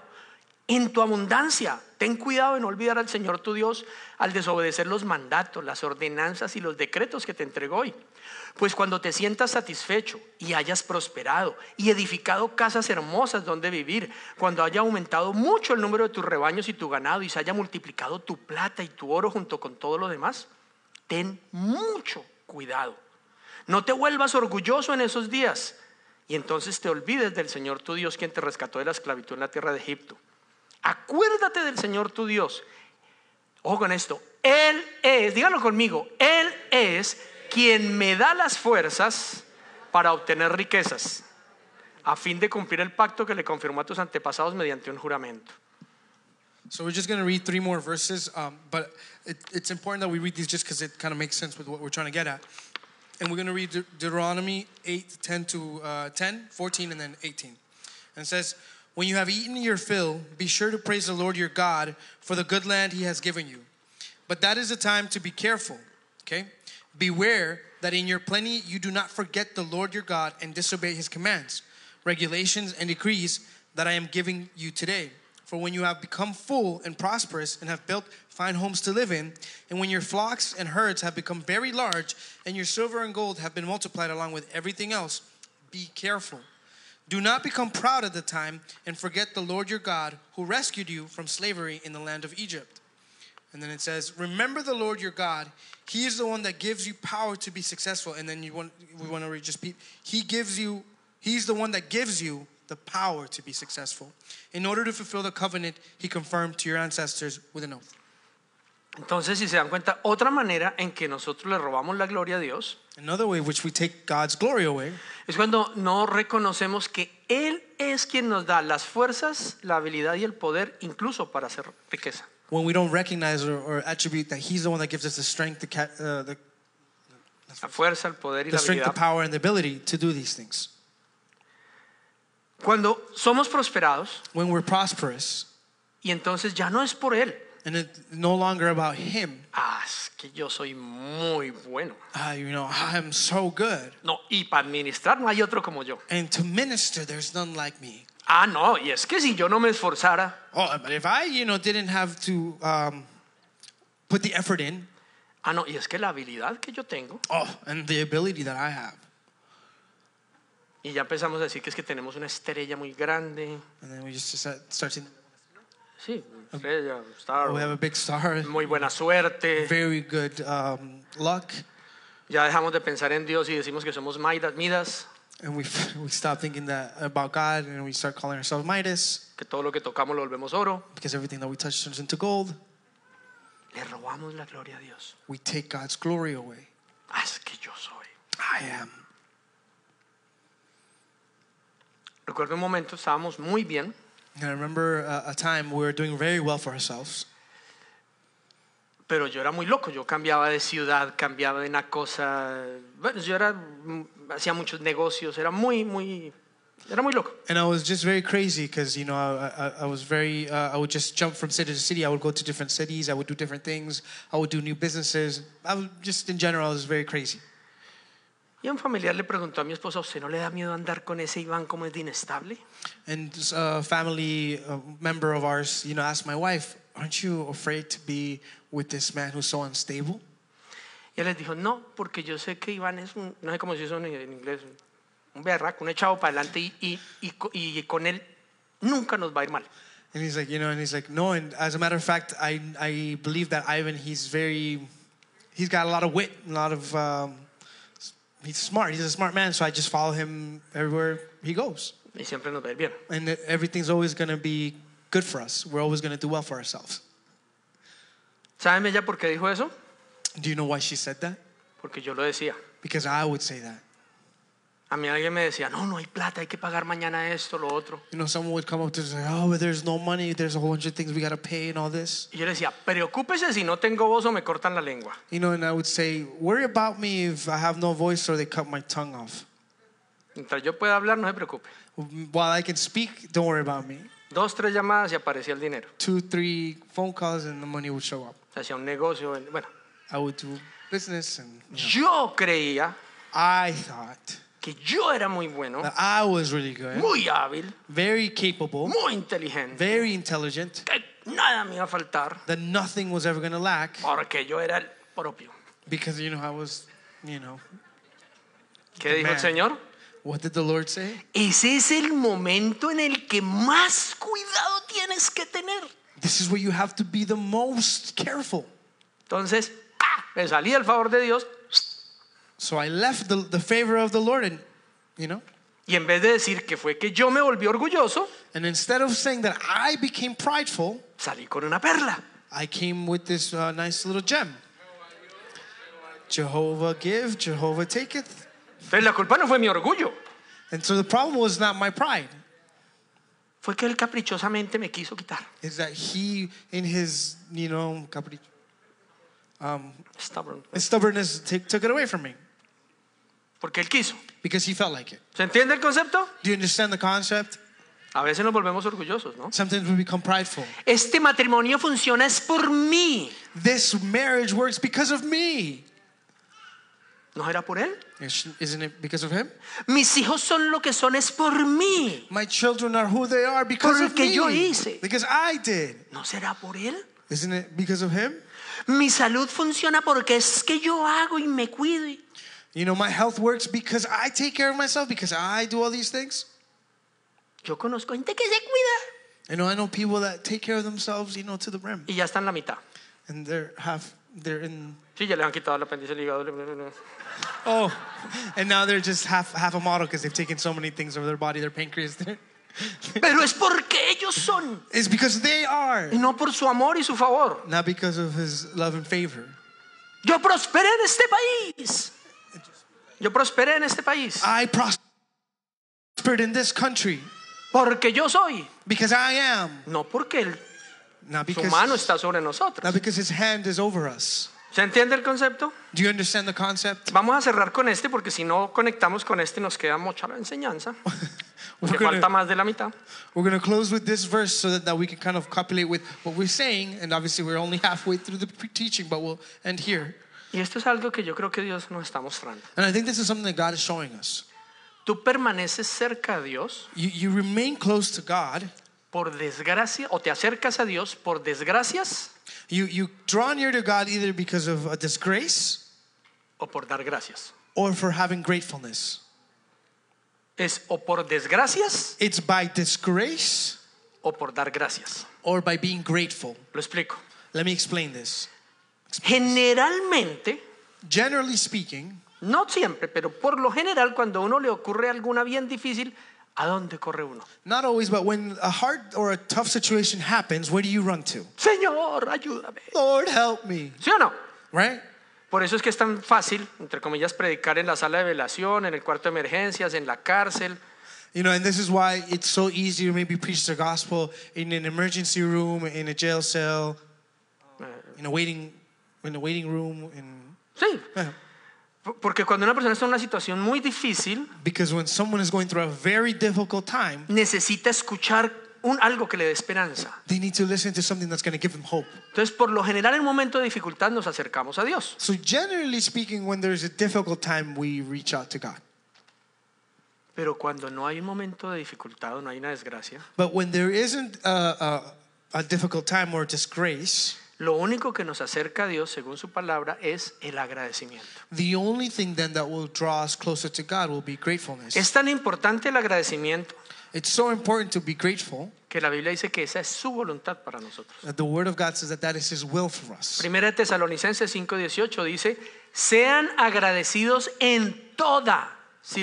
En tu abundancia, ten cuidado de no olvidar al Señor tu Dios al desobedecer los mandatos, las ordenanzas y los decretos que te entregó hoy. Pues cuando te sientas satisfecho y hayas prosperado y edificado casas hermosas donde vivir, cuando haya aumentado mucho el número de tus rebaños y tu ganado y se haya multiplicado tu plata y tu oro junto con todo lo demás, ten mucho cuidado. No te vuelvas orgulloso en esos días y entonces te olvides del Señor tu Dios quien te rescató de la esclavitud en la tierra de Egipto. Acuérdate del Señor tu Dios. Ojo con esto. Él es, díganlo conmigo, Él es quien me da las fuerzas para obtener riquezas, a fin de cumplir el pacto que le confirmó a tus antepasados mediante un juramento. So we're just going to read three more verses, um, but it, it's important that we read these just because it kind of makes sense with what we're trying to get at. And we're going to read De- Deuteronomy 8, 10 to uh, 10, 14, and then 18. And it says, When you have eaten your fill, be sure to praise the Lord your God for the good land he has given you. But that is the time to be careful, okay? Beware that in your plenty you do not forget the Lord your God and disobey his commands, regulations, and decrees that I am giving you today. For when you have become full and prosperous and have built fine homes to live in, and when your flocks and herds have become very large, and your silver and gold have been multiplied along with everything else, be careful. Do not become proud at the time and forget the Lord your God who rescued you from slavery in the land of Egypt. And then it says, Remember the Lord your God. He is the one that gives you power to be successful. And then you want, we want to read just, pe- He gives you, He's the one that gives you the power to be successful. In order to fulfill the covenant He confirmed to your ancestors with an oath. Entonces, si se dan cuenta, otra manera en que nosotros le robamos la gloria a Dios Another way which we take God's glory away es cuando no reconocemos que Él es quien nos da las fuerzas, la habilidad y el poder incluso para hacer riqueza. when we don't recognize or, or attribute that He's the one that gives us the strength, the, ca- uh, the, La fuerza, el poder y the la strength, the habilidad. power, and the ability to do these things. Cuando somos prosperados When we're prosperous, y entonces ya no es por Él. and it's no longer about Him, Ah, es que yo soy muy bueno. ah, you know, I'm so good. No, y para administrar no hay otro como yo. And to minister, there's none like me. Ah, no, y es que si yo no me esforzara, Oh, but if I, you know, didn't have to um, put the effort in, ah, no, y es que la habilidad que yo tengo, oh, and the ability that I have. y ya empezamos a decir que es que tenemos una estrella muy grande, And then we just start start saying, sí, una estrella, un star, oh, we have a big star, muy buena suerte, very good um, luck. ya dejamos de pensar en Dios y decimos que somos Maidas, Midas, And we, we stop thinking that about God and we start calling ourselves Midas que todo lo que tocamos lo volvemos oro, because everything that we touch turns into gold. le robamos la gloria a Dios. We take God's glory away. Ah, es que yo soy. I am. Recuerdo un momento, estábamos muy bien, And I remember uh, a time we were doing very well for ourselves. pero yo era muy loco, yo cambiaba de ciudad, cambiaba de una cosa, bueno, yo era, mm, hacía muchos negocios, era muy, muy Era muy loco. And I was just very crazy because you know I, I, I was very uh, I would just jump from city to city. I would go to different cities. I would do different things. I would do new businesses. I was just in general I was very crazy. Y un familiar le preguntó a mi esposa, ¿a ¿usted no le da miedo andar con ese Iván como es de inestable? And a family uh, member of ours, you know, asked my wife, "Aren't you afraid to be with this man who's so unstable?" Y él les dijo, no, porque yo sé que Iván es un, no sé cómo se dice eso en, en inglés, un berraco, un echado para adelante y, y, y co- y con él nunca nos va a ir mal. And he's like, you know, and he's like, "No." And as a matter of fact, I I believe that Ivan he's very he's got a lot of wit, and a lot of um, he's smart. He's a smart man. So I just follow him everywhere he goes. Y siempre nos va a ir bien. and that everything's always going to be good for us. We're always going to do well for ourselves. ¿Saben ella por qué dijo eso? Do you know why she said that? Porque yo lo decía. Because I would say that. A mí alguien me decía, no, no hay plata, hay que pagar mañana esto, lo otro. You know, someone would come up to us and say, "Oh, but there's no money. There's a whole bunch of things we got to pay and all this." Y yo le decía, preocúpese si no tengo voz o me cortan la lengua. You know, and I would say, "Worry about me if I have no voice or they cut my tongue off." Mientras yo pueda hablar, no se preocupe. While I can speak, don't worry about me. Dos, tres llamadas y aparecía el dinero. Two, three phone calls and the money would show up. Se hacía un negocio. el- Bueno, I would do business, and yo creía I thought que yo era muy bueno, that I was really good, muy hábil, very capable, muy inteligente, very intelligent, que nada me iba a faltar that nothing was ever going to lack. porque yo era el propio. Because you know I was, you know, ¿Qué dijo el Man. Señor? what did the Lord say? Ese es el momento en el que más cuidado tienes que tener. This is where you have to be the most careful. Entonces, ¡pa! me salí del favor de Dios So I left the, the favor of the Lord, and you know, y en vez de decir que fue que yo me volví orgulloso, and instead of saying that I became prideful, salí con una perla. I came with this uh, nice little gem. Jehovah give, Jehovah taketh. Entonces la culpa no fue mi orgullo, And so the problem was not my pride; fue que él caprichosamente me quiso quitar. is that he, in his, you know, capricho, Stubborn. his stubbornness, took took it away from me Porque él quiso. because he felt like it. ¿Se entiende el concepto? Do you understand the concept? A veces nos volvemos orgullosos, ¿no? Sometimes we become prideful. Este matrimonio funciona es por mí. this marriage works because of me. ¿No era por él? Isn't it because of him? Mis hijos son lo que son es por mí. My children are who they are because Por lo of que me. yo hice. Because I did. ¿No será por él? Isn't it because of him? Mi salud funciona porque es que yo hago y me cuido. y- You know, my health works because I take care of myself, because I do all these things. Yo conozco gente que se cuida You know, I know people that take care of themselves, you know, to the brim. y ya está en la mitad. And they're half, they're in, Sí, ya le han quitado el apéndice, el hígado. le- le- le- oh, and now they're just half, half a model because they've taken so many things over their body, their pancreas. Their, Pero es porque ellos son it's because they are, y no por su amor y su favor. not because of his love and favor. Yo prosperé en este país. Yo prosperé en este país I prospered in this country porque yo soy, because I am, no porque él not Su because mano está sobre not nosotros. because his hand is over us. ¿Se entiende el concepto? Do you understand the concept? Vamos a cerrar con este porque si no conectamos con este nos queda mucha la enseñanza. We're Porque falta gonna, más de la mitad. we're gonna close with this verse so that, that we can kind of copulate with what we're saying, and obviously we're only halfway through the pre- teaching, but we'll end here. Y esto es algo que yo creo que Dios nos está mostrando. And I think this is something that God is showing us. Tú permaneces cerca de Dios You, you remain close to God. por desgracia o te acercas a Dios por desgracias You you draw near to God either because of a disgrace o por dar gracias. or for having gratefulness. Es o por desgracias It's by disgrace o por dar gracias. or by being grateful. Lo explico. Let me explain this. Generalmente, Generally speaking, no siempre, pero por lo general cuando a uno le ocurre alguna bien difícil, ¿a dónde corre uno? not always, but when a hard or a tough situation happens, where do you run to? Señor, ayúdame. Lord, help me. ¿Sí o no? Right? Por eso es que es tan fácil, entre comillas, predicar en la sala de velación, en el cuarto de emergencias, en la cárcel, You know, and this is why it's so easy to maybe preach the gospel in an emergency room, in a jail cell, in a waiting, in a waiting room, in sí, Por- Porque cuando una persona está en una situación muy difícil, Because when someone is going through a very difficult time, necesita escuchar un, algo que le dé esperanza. they need to listen to something that's going to give them hope. Entonces, por lo general, en un momento de dificultad nos acercamos a Dios. So, generally speaking, when there's a difficult time, we reach out to God. Pero cuando no hay un momento de dificultad o no hay una desgracia, But when there isn't a, a, a difficult time or disgrace, lo único que nos acerca a Dios, según su palabra, es el agradecimiento. the only thing then that will draw us closer to God will be gratefulness. Es tan importante el agradecimiento It's so important to be grateful que la Biblia dice que esa es su voluntad para nosotros. that the Word of God says that that is His will for us. Primera de Tesalonicenses 5:18 dice, sean agradecidos en toda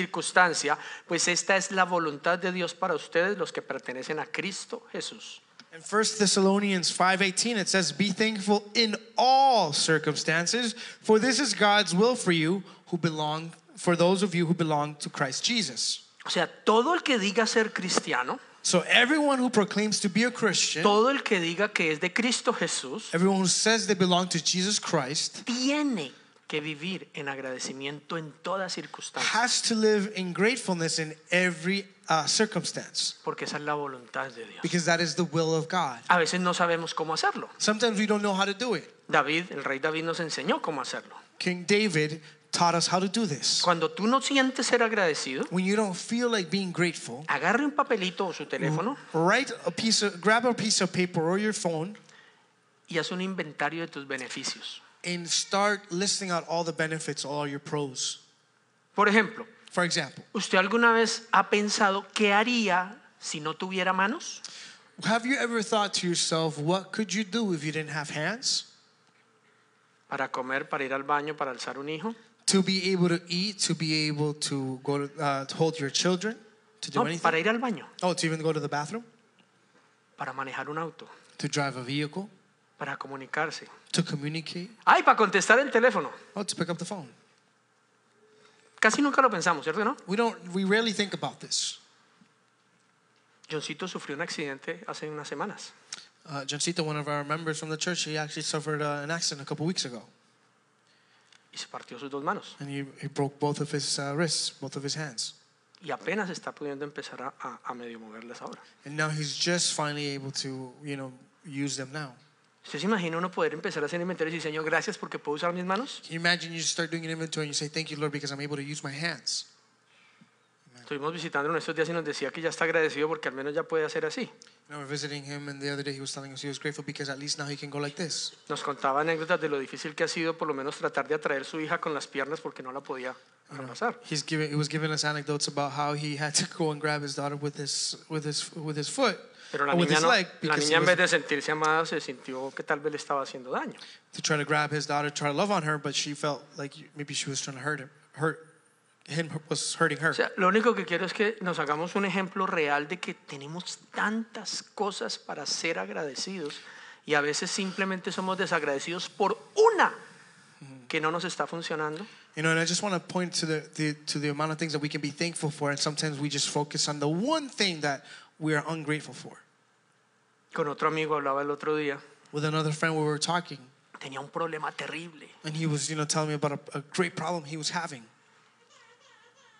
circunstancia, pues esta es la voluntad de Dios para ustedes los que pertenecen a Cristo Jesús. In 1 Thessalonians 5:18 it says be thankful in all circumstances for this is God's will for you who belong for those of you who belong to Christ Jesus. O sea, todo el que diga ser cristiano, So everyone who proclaims to be a Christian, todo el que diga que es de Cristo Jesús, everyone who says they belong to Jesus Christ tiene que vivir en agradecimiento en toda circunstancia, has to live in gratefulness in every uh, circumstance porque esa es la voluntad de Dios. because that is the will of God. A veces no sabemos cómo hacerlo. Sometimes we don't know how to do it. David, el rey David nos enseñó cómo hacerlo. King David taught us how to do this. Cuando tú no sientes ser agradecido, When you don't feel like being grateful, agarre un papelito o su teléfono write a piece of grab a piece of paper or your phone y haz un inventario de tus beneficios. and start listing out all the benefits, all your pros. Por ejemplo, For example, ¿usted alguna vez ha pensado qué haría si no tuviera manos? have you ever thought to yourself, what could you do if you didn't have hands? Para comer, para ir al baño, para alzar un hijo. To be able to eat, to be able to go to, uh, to hold your children, to do No, anything. para ir al baño, Oh, to even go to the bathroom, para manejar un auto, to drive a vehicle, para comunicarse. to communicate, Ay, para contestar el teléfono. oh, to pick up the phone. Casi nunca lo pensamos, ¿cierto que no? We don't. We rarely think about this. Johncito sufrió un accidente hace unas semanas. Uh, Jancita, one of our members from the church, he actually suffered uh, an accident a couple weeks ago. y se partió sus dos manos and he, he broke both of his uh, wrists, both of his hands. y apenas está pudiendo empezar a, a- a medio moverlas ahora. And now he's just finally able to, you know, use them now. ¿Usted se imagina uno poder empezar a hacer inventario y decir, Señor, gracias porque puedo usar mis manos? Can you imagine you just start doing an inventory and you say, Thank you, Lord, because I'm able to use my hands? Estuvimos visitando en estos días y nos decía que ya está agradecido porque al menos ya puede hacer así. You know, we're visiting him, and the other day he was telling us he was grateful because at least now he can go like this. Nos contaba anécdotas de lo difícil que ha sido por lo menos tratar de atraer su hija con las piernas porque no la podía pasar. He's giving, he was giving us anecdotes about how he had to go and grab his daughter with his, with his, with his foot, Pero la or with niña, his no- leg, la because he niña en vez de was- sentirse amada se sintió que tal vez le estaba haciendo daño. to try to grab his daughter, try to love on her, but she felt like maybe she was trying to hurt him, hurt him was hurting her. O sea, lo único que quiero es que nos hagamos un ejemplo real de que tenemos tantas cosas para ser agradecidos y a veces simplemente somos desagradecidos por una que no nos está funcionando You know, and I just want to point to the, the to the amount of things that we can be thankful for, and sometimes we just focus on the one thing that we are ungrateful for. Con otro amigo hablaba el otro día, With another friend, we were talking, tenía un problema terrible. and he was, you know, telling me about a, a great problem he was having.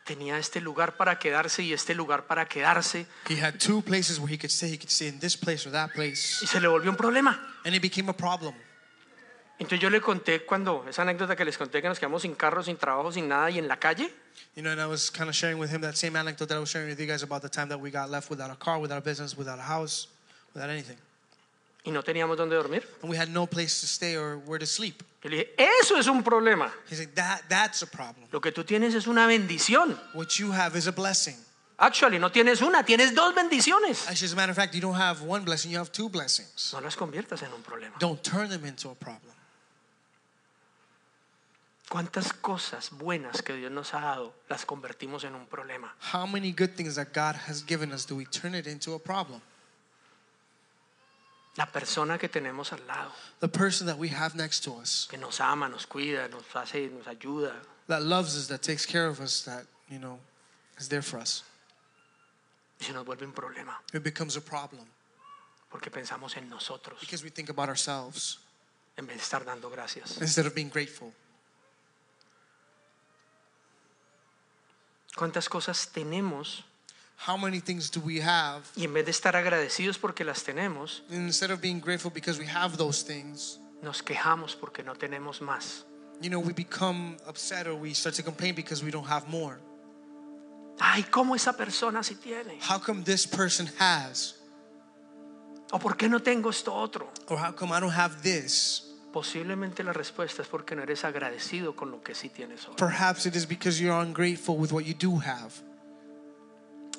Tenía este lugar para quedarse y este lugar para quedarse He had two places where he could stay. He could stay in this place or that place, y se le volvió un problema. and it became a problem. Entonces yo le conté cuando, esa anécdota que les conté que nos quedamos sin carro, sin trabajo, sin nada y en la calle, You know, and I was kind of sharing with him that same anecdote that I was sharing with you guys about the time that we got left without a car, without a business, without a house, without anything, y no teníamos dónde dormir. and we had no place to stay or where to sleep. Yo le dije, eso es un problema. He's like, that that's a problem. Lo que tú tienes es una bendición. What you have is a blessing. Actually, no tienes una, tienes dos bendiciones. Actually, as a matter of fact, you don't have one blessing, you have two blessings. No las conviertas en un problema. Don't turn them into a problem. ¿Cuántas cosas buenas que Dios nos ha dado las convertimos en un problema? How many good things that God has given us do we turn it into a problem? La persona que tenemos al lado, The person that we have next to us, que nos ama, nos cuida, nos hace, nos ayuda. that loves us, that takes care of us, that, you know, is there for us. Y se nos vuelve un problema It becomes a problem porque pensamos en nosotros because we think about ourselves en vez de estar dando gracias. instead of being grateful. ¿Cuántas cosas tenemos? How many things do we have? Y en vez de estar agradecidos porque las tenemos, And instead of being grateful because we have those things, nos quejamos porque no tenemos más. you know, we become upset or we start to complain because we don't have more. Ay, ¿cómo esa persona sí tiene? How come this person has? ¿O por qué no tengo esto otro? Or how come I don't have this? Posiblemente la respuesta es porque no eres agradecido con lo que sí tienes hoy. Perhaps it is because you're ungrateful with what you do have.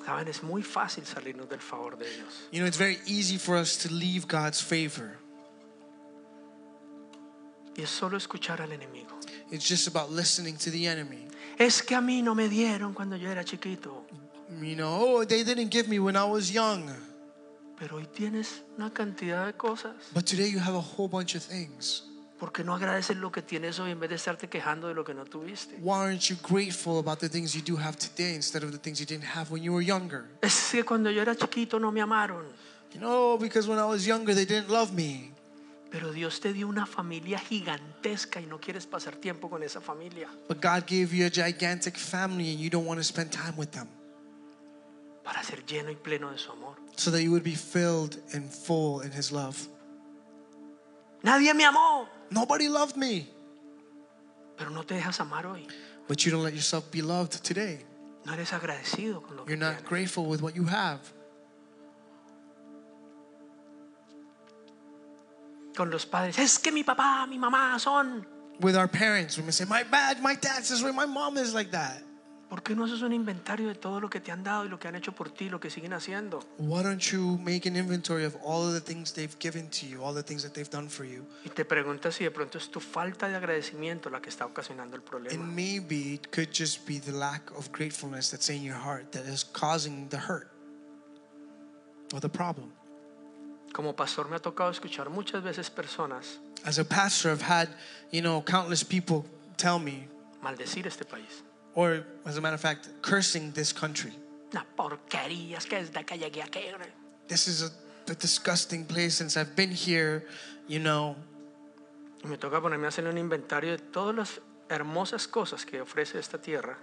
Saben, es muy fácil salirnos del favor de Dios. You know, it's very easy for us to leave God's favor. Y es solo escuchar al enemigo. It's just about listening to the enemy. Es que a mí no me dieron cuando yo era chiquito. You know, oh, they didn't give me when I was young. Pero hoy tienes una cantidad de cosas. But today you have a whole bunch of things. ¿Por qué no agradeces lo que tienes hoy en vez de estarte quejando de lo que no tuviste? Why aren't you grateful about the things you do have today instead of the things you didn't have when you were younger? Es que cuando yo era chiquito no me amaron. You know, because when I was younger, they didn't love me. Pero Dios te dio una familia gigantesca y no quieres pasar tiempo con esa familia. But God gave you a gigantic family and you don't want to spend time with them para ser lleno y pleno de su amor. so that you would be filled and full in His love. Nadie me amó, Nobody loved me, pero no te dejas amar hoy. but you don't let yourself be loved today. No eres agradecido con lo que You're not tienes. grateful with what you have. Con los padres, es que mi papá, mi mamá son. With our parents, we may say, My dad, my dad's this way, my mom is like that. ¿Por qué no haces un inventario de todo lo que te han dado y lo que han hecho por ti, lo que siguen haciendo? Why don't you make an inventory of all of the things they've given to you, all the things that they've done for you? Y te preguntas si de pronto es tu falta de agradecimiento la que está ocasionando el And problema. maybe it could just be the lack of gratefulness that's in your heart that is causing the hurt or the problem. Como pastor me ha tocado escuchar muchas veces personas As a pastor, I've had, you know, countless people tell me, maldecir este país. or as a matter of fact, cursing this country. Una porquería, es que desde acá llegué aquí. This is a, a disgusting place since I've been here, you know. Y me toca ponerme a hacer un inventario de todas las hermosas cosas que ofrece esta tierra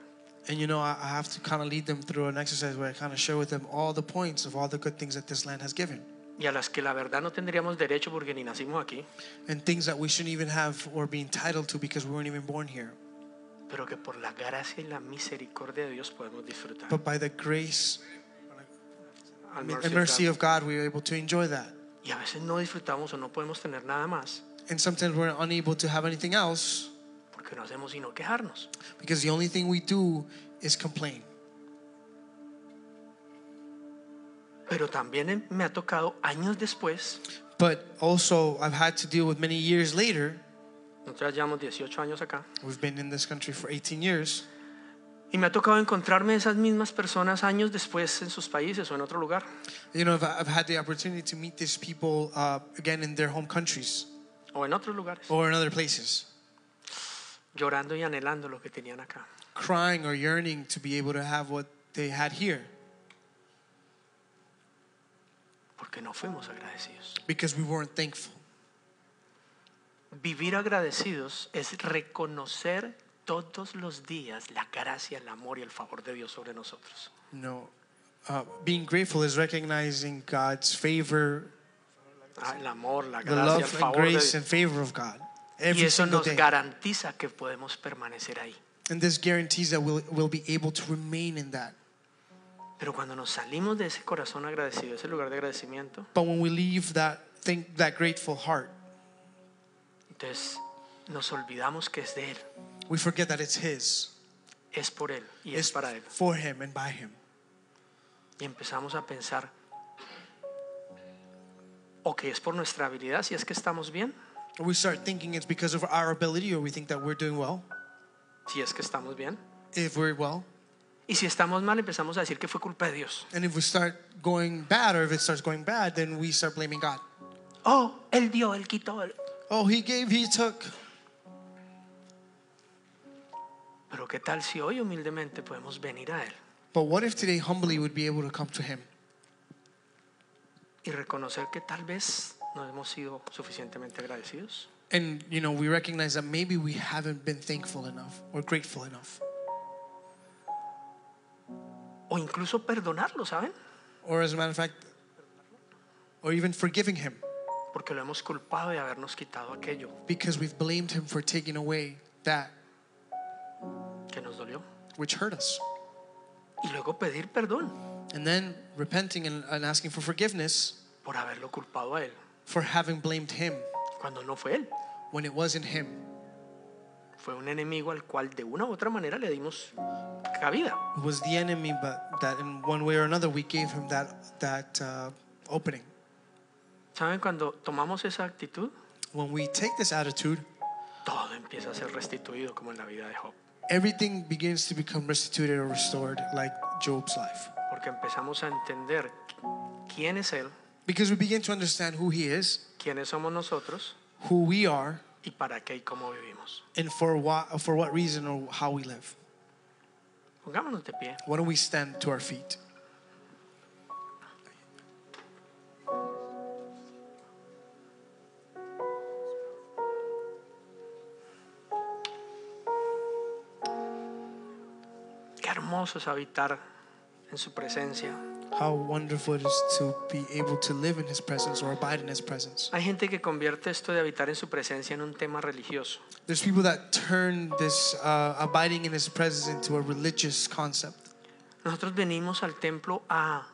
And you know, I, I have to kind of lead them through an exercise where I kind of share with them all the points of all the good things that this land has given y a las que la verdad no tendríamos derecho porque ni nacimos aquí, and things that we shouldn't even have or be entitled to because we weren't even born here. pero que por la gracia y la misericordia de Dios podemos disfrutar. But by the grace Al mercy of and mercy God. of God, we are able to enjoy that. Y a veces no disfrutamos o no podemos tener nada más And sometimes we're unable to have anything else porque no hacemos sino quejarnos. because the only thing we do is complain. Pero también em- me ha tocado años después, But also, I've had to deal with many years later. nosotros llevamos 18 años acá, We've been in this country for 18 years. y me ha tocado encontrarme esas mismas personas años después en sus países o en otro lugar. You know, I've, I've had the opportunity to meet these people uh, again in their home countries o en otros lugares, or in other places, llorando y anhelando lo que tenían acá. crying or yearning to be able to have what they had here porque no fuimos agradecidos. because we weren't thankful. Vivir agradecidos es reconocer todos los días la gracia, el amor y el favor de Dios sobre nosotros. You know, uh, being grateful is recognizing God's favor, Ah, el amor, la the gracia, el love and favor de grace and Dios. favor of God Y every eso single nos day. garantiza que podemos permanecer ahí. And this guarantees that we'll, we'll be able to remain in that. Pero cuando nos salimos de ese corazón agradecido, ese lugar de agradecimiento, But when we leave that, think, that grateful heart, entonces nos olvidamos que es de Él, we forget that it's His. es por Él y It's es para Él. for Him and by Him. Y empezamos a pensar, o que es por nuestra habilidad, si es que estamos bien, We start thinking it's because of our ability or we think that we're doing well, si es que estamos bien. if we're well. Y si estamos mal, empezamos a decir que fue culpa de Dios. And if we start going bad or if it starts going bad, then we start blaming God. Oh, Él dio, Él quitó. Él- Oh, He gave, He took. Pero ¿qué tal si hoy humildemente podemos venir a Él But what if today humbly we'd be able to come to Him y reconocer que tal vez no hemos sido suficientemente agradecidos? and, you know, we recognize that maybe we haven't been thankful enough or grateful enough? o incluso perdonarlo, ¿saben? Or as a matter of fact, or even forgiving him Porque lo hemos culpado de habernos quitado aquello because we've blamed him for taking away that que nos dolió. which hurt us. Y luego pedir perdón And then repenting and, and asking for forgiveness por haberlo culpado a él, for having blamed him cuando no fue él. when it wasn't him. Fue un enemigo al cual de una u otra manera le dimos cabida. It was the enemy, but that in one way or another we gave him that, that uh, opening. ¿Saben? Cuando tomamos esa actitud, When we take this attitude, todo empieza a ser restituido como en la vida de Job. everything begins to become restituted or restored, like Job's life. Porque empezamos a entender quién es Él, Because we begin to understand who he is, quiénes somos nosotros who we are, y para qué y cómo vivimos. and for what, for what reason or how we live. Pongámonos de pie. Why don't we stand to our feet? Qué hermoso es habitar en su presencia. How wonderful it is to be able to live in his presence or abide in his presence. Hay gente que convierte esto de habitar en su presencia en un tema religioso. There's people that turn this uh, abiding in his presence into a religious concept. Nosotros venimos al templo a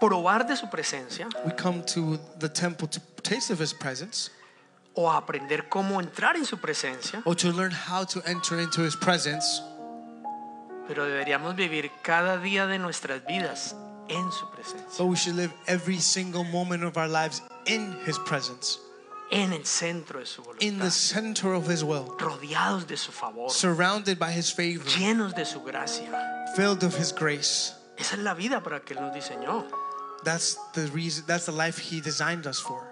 probar de su presencia We come to the temple to taste of his presence o a aprender cómo entrar en su presencia, or to learn how to enter into his presence, pero deberíamos vivir cada día de nuestras vidas en su presencia, but we should live every single moment of our lives in his presence, en el centro de su in the voluntad, center of his will, rodeados de su favor, surrounded by his favor, llenos de su gracia. filled of his grace. Esa es la vida para que Él nos diseñó. That's the reason that's the life he designed us for.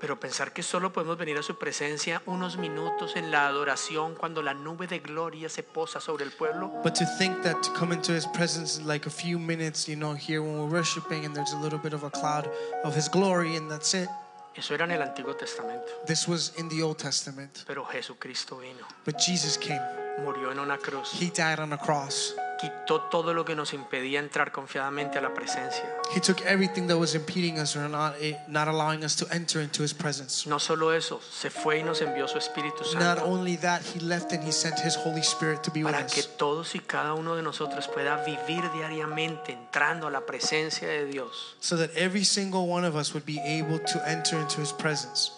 Pero pensar que solo podemos venir a su presencia unos minutos en la adoración cuando la nube de gloria se posa sobre el pueblo, But to think that to come into his presence in like a few minutes, you know, here when we're worshiping and there's a little bit of a cloud of his glory and that's it. eso era en el Antiguo Testamento. This was in the Old Testament. Pero Jesucristo vino, But Jesus came. murió en una cruz, He died on a cross. quitó todo lo que nos impedía entrar confiadamente a la presencia. He took everything that was impeding us or not, eh, not allowing us to enter into his presence. No solo eso, se fue y nos envió su Espíritu Not Santo only that, he left and he sent his Holy Spirit to be with para que us. todos y cada uno de nosotros pueda vivir diariamente entrando a la presencia de Dios. So that every single one of us would be able to enter into his presence.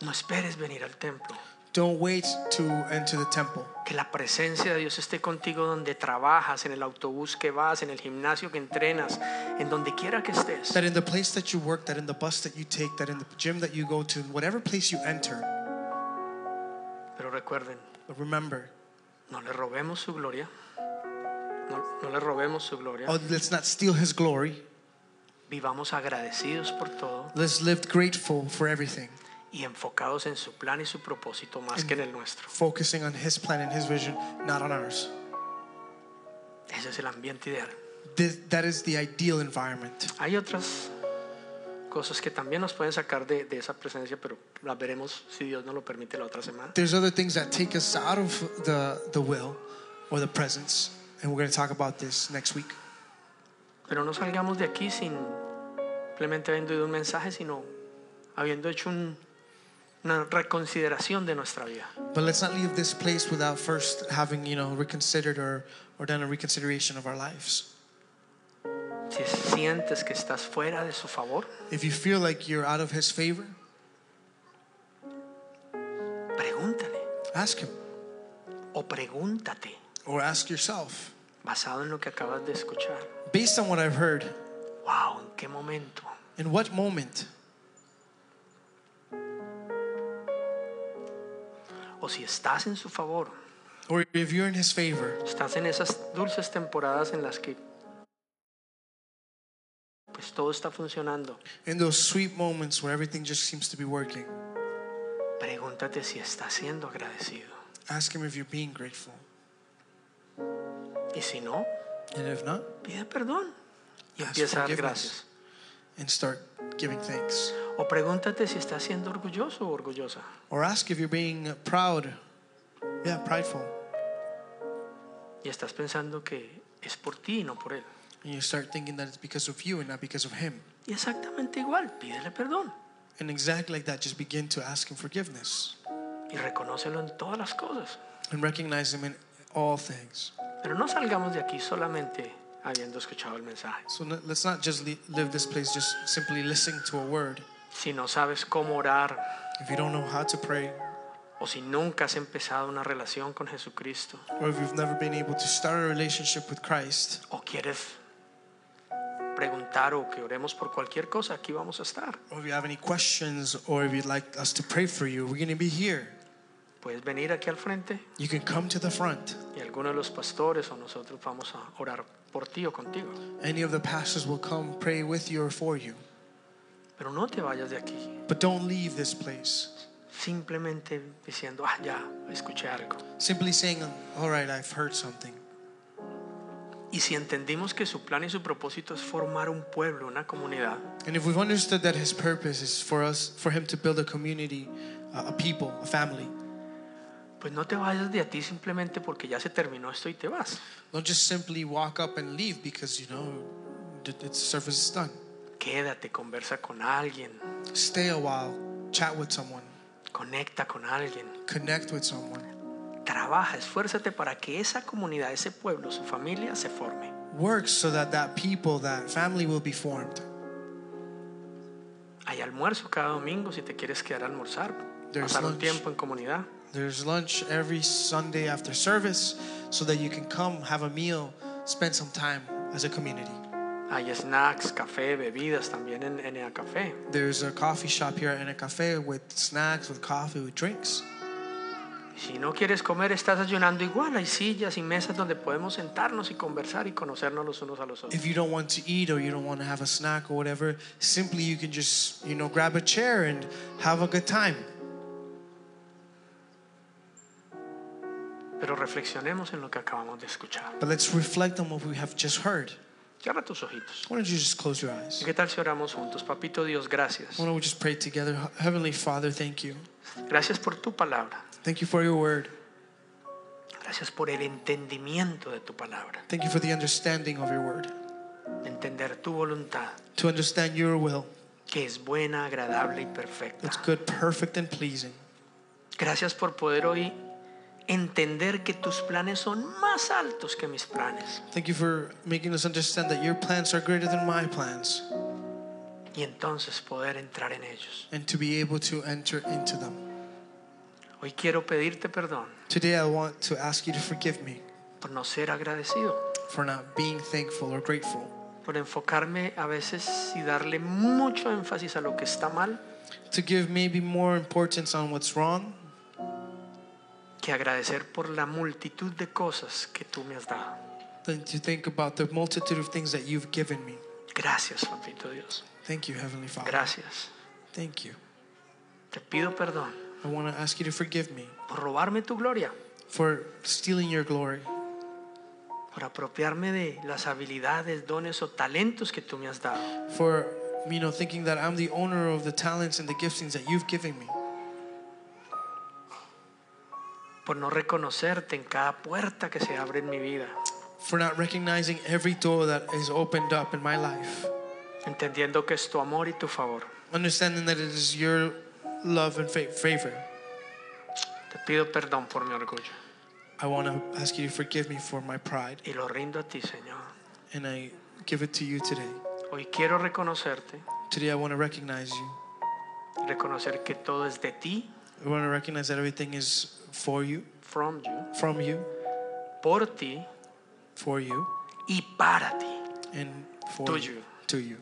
No esperes venir al templo. Don't wait to enter the temple. Que la presencia de Dios esté contigo donde trabajas, en el autobús que vas, en el gimnasio que entrenas, en donde quiera que estés. That in the place that you work, that in the bus that you take, that in the gym that you go to, whatever place you enter, Pero recuerden, but remember, no le robemos su gloria. No, no le robemos su gloria. oh, let's not steal his glory. Vivamos agradecidos por todo Let's live grateful for everything, y enfocados en su plan y su propósito más que en el nuestro. focusing on his plan and his vision, not on ours. Ese es el ambiente ideal. This, that is the ideal environment. Hay otras cosas que también nos pueden sacar de, de esa presencia, pero las veremos si Dios nos lo permite la otra semana. There's other things that take us out of the, the will or the presence, and we're going to talk about this next week. Pero no salgamos de aquí sin simplemente habiendo ido un mensaje, sino habiendo hecho un- una reconsideración de nuestra vida. But let's not leave this place without first having, you know, reconsidered or, or done a reconsideration of our lives. Si sientes que estás fuera de su favor, If you feel like you're out of his favor, pregúntale ask him o pregúntate, or ask yourself basado en lo que acabas de escuchar. based on what i've heard Wow, ¿en qué momento? in what moment O si estás en su favor, or if you're in his favor estás en esas dulces temporadas en las que pues todo está funcionando. in those sweet moments where everything just seems to be working Pregúntate si estás siendo agradecido. ask him if you're being grateful Y si no, and if not pide perdón y Ask empieza a dar forgiveness. gracias. and start giving thanks O pregúntate si estás siendo orgulloso o orgullosa. or ask if you're being proud yeah prideful y estás pensando que es por ti y no por él. And you start thinking that it's because of you and not because of him. Y exactamente igual, pídele perdón And exact like that, just begin to ask him forgiveness y reconócelo en todas las cosas. and recognize him in all things. Pero no salgamos de aquí solamente habiendo escuchado el mensaje. So n- let's not just li- live this place just simply listening to a word. Si no sabes cómo orar If you don't know how to pray, o si nunca has empezado una relación con Jesucristo or if you've never been able to start a relationship with Christ, o quieres preguntar o que oremos por cualquier cosa, aquí vamos a estar. or if you have any questions, or if you'd like us to pray for you, we're going to be here. Puedes venir aquí al frente You can come to the front. y alguno de los pastores o nosotros vamos a orar por ti o contigo. Any of the pastors will come pray with you or for you. Pero no te vayas de aquí But don't leave this place simplemente diciendo, ah, ya, escuché algo. simply saying, All right, I've heard something. Y si entendimos que su plan y su propósito es formar un pueblo, una comunidad, And if we've understood that his purpose is for us, for him to build a community, uh, a people, a family, pues no te vayas de a ti simplemente porque ya se terminó esto y te vas. don't just simply walk up and leave because, you know, the, the service is done. Quédate, conversa con alguien, Stay a while, chat with someone, conecta con alguien, connect with someone, trabaja, esfuérzate para que esa comunidad, ese pueblo, su familia se forme. work so that that people, that family will be formed. Hay almuerzo cada domingo si te quieres quedar a almorzar, There's pasar un lunch. tiempo en comunidad. There's lunch every Sunday after service so that you can come, have a meal, spend some time as a community. Hay snacks, café, bebidas también en, en el café. There's a coffee shop here and a cafe with snacks, with coffee, with drinks. Si no quieres comer, estás ayunando igual. Hay sillas y mesas donde podemos sentarnos y conversar y conocernos los unos a los otros. If you don't want to eat or you don't want to have a snack or whatever, simply you can just, you know, grab a chair and have a good time. Pero reflexionemos en lo que acabamos de escuchar. But let's reflect on what we have just heard. Cierra tus ojitos. Why don't you just close your eyes? ¿Qué tal si oramos juntos? Papito Dios, gracias. Why don't we just pray together? Heavenly Father, thank you. Gracias por tu palabra. Thank you for your word. Gracias por el entendimiento de tu palabra. Thank you for the understanding of your word. de Entender tu voluntad, To understand your will, que es buena, agradable y perfecta. that's good, perfect, and pleasing. Gracias por poder hoy entender que tus planes son más altos que mis planes. Thank you for making us understand that your plans are greater than my plans Y entonces poder entrar en ellos. and to be able to enter into them. Hoy quiero pedirte perdón Today, I want to ask you to forgive me por no ser agradecido, for not being thankful or grateful, por enfocarme a veces y darle mucho énfasis a lo que está mal to give maybe more importance on what's wrong que agradecer por la multitud de cosas que tú me has dado. than to think about the multitude of things that you've given me. Gracias, papito Dios. Thank you, Heavenly Father. Gracias. Thank you. Te pido perdón I want to ask you to forgive me por robarme tu gloria, for stealing your glory, por apropiarme de las habilidades, dones o talentos que tú me has dado, for you know thinking that I'm the owner of the talents and the giftings that you've given me. por no reconocerte en cada puerta que se abre en mi vida, for not recognizing every door that is opened up in my life, entendiendo que es tu amor y tu favor. understanding that it is your love and fa- favor. Te pido perdón por mi orgullo I want to ask you to forgive me for my pride, y lo rindo a ti, Señor. and I give it to you today. Hoy quiero reconocerte, Today, I want to recognize you. reconocer que todo es de ti, I want to recognize that everything is for you, from you, from you, por ti for you, y para ti. and for To you. To you.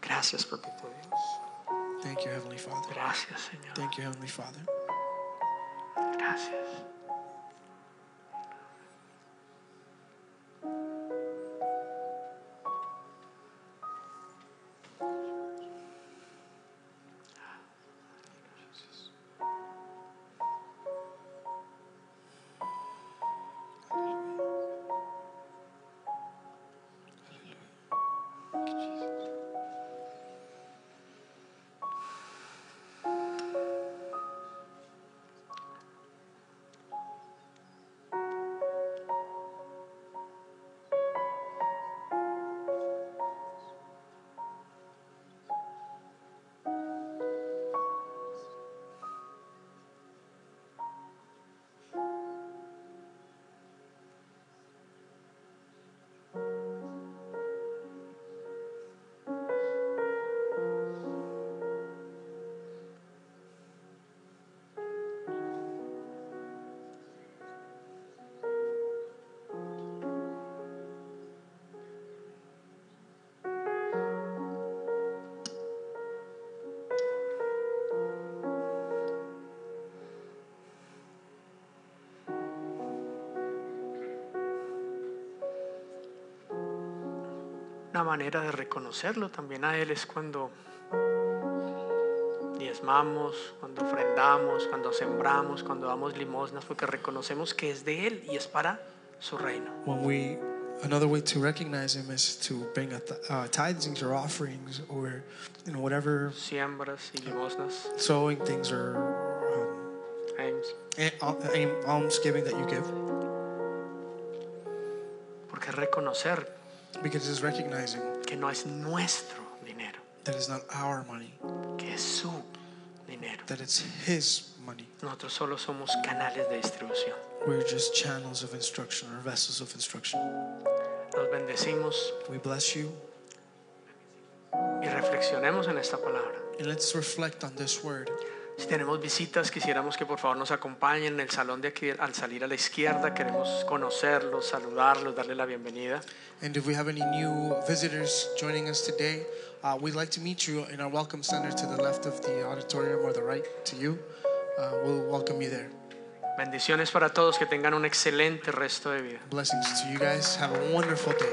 Gracias, papito Dios. Thank you, Heavenly Father. Gracias, Señor. Thank you, Heavenly Father. Gracias. una manera de reconocerlo también a Él es cuando diezmamos, cuando ofrendamos, cuando sembramos, cuando damos limosnas, porque reconocemos que es de Él y es para su reino. when we another way to recognize him is to bring a th- uh, tithings or offerings or you know whatever Siembras y limosnas, sowing things or James, um, al- aim- almsgiving that you give porque es reconocer because it's recognizing que no es nuestro dinero, that it's not our money que es su dinero. that it's his money Nosotros solo somos canales de distribución. we're just channels of instruction or vessels of instruction Nos bendecimos we bless you y reflexionemos en esta palabra. and let's reflect on this word Si tenemos visitas, quisiéramos que por favor nos acompañen en el salón de aquí al salir a la izquierda. Queremos conocerlos, saludarlos, darle la bienvenida. and if we have any new visitors joining us today uh, we'd like to meet you in our welcome center to the left of the auditorium or the right to you uh, we'll welcome you there Bendiciones para todos, que tengan un excelente resto de vida. Blessings to you guys. Have a wonderful day.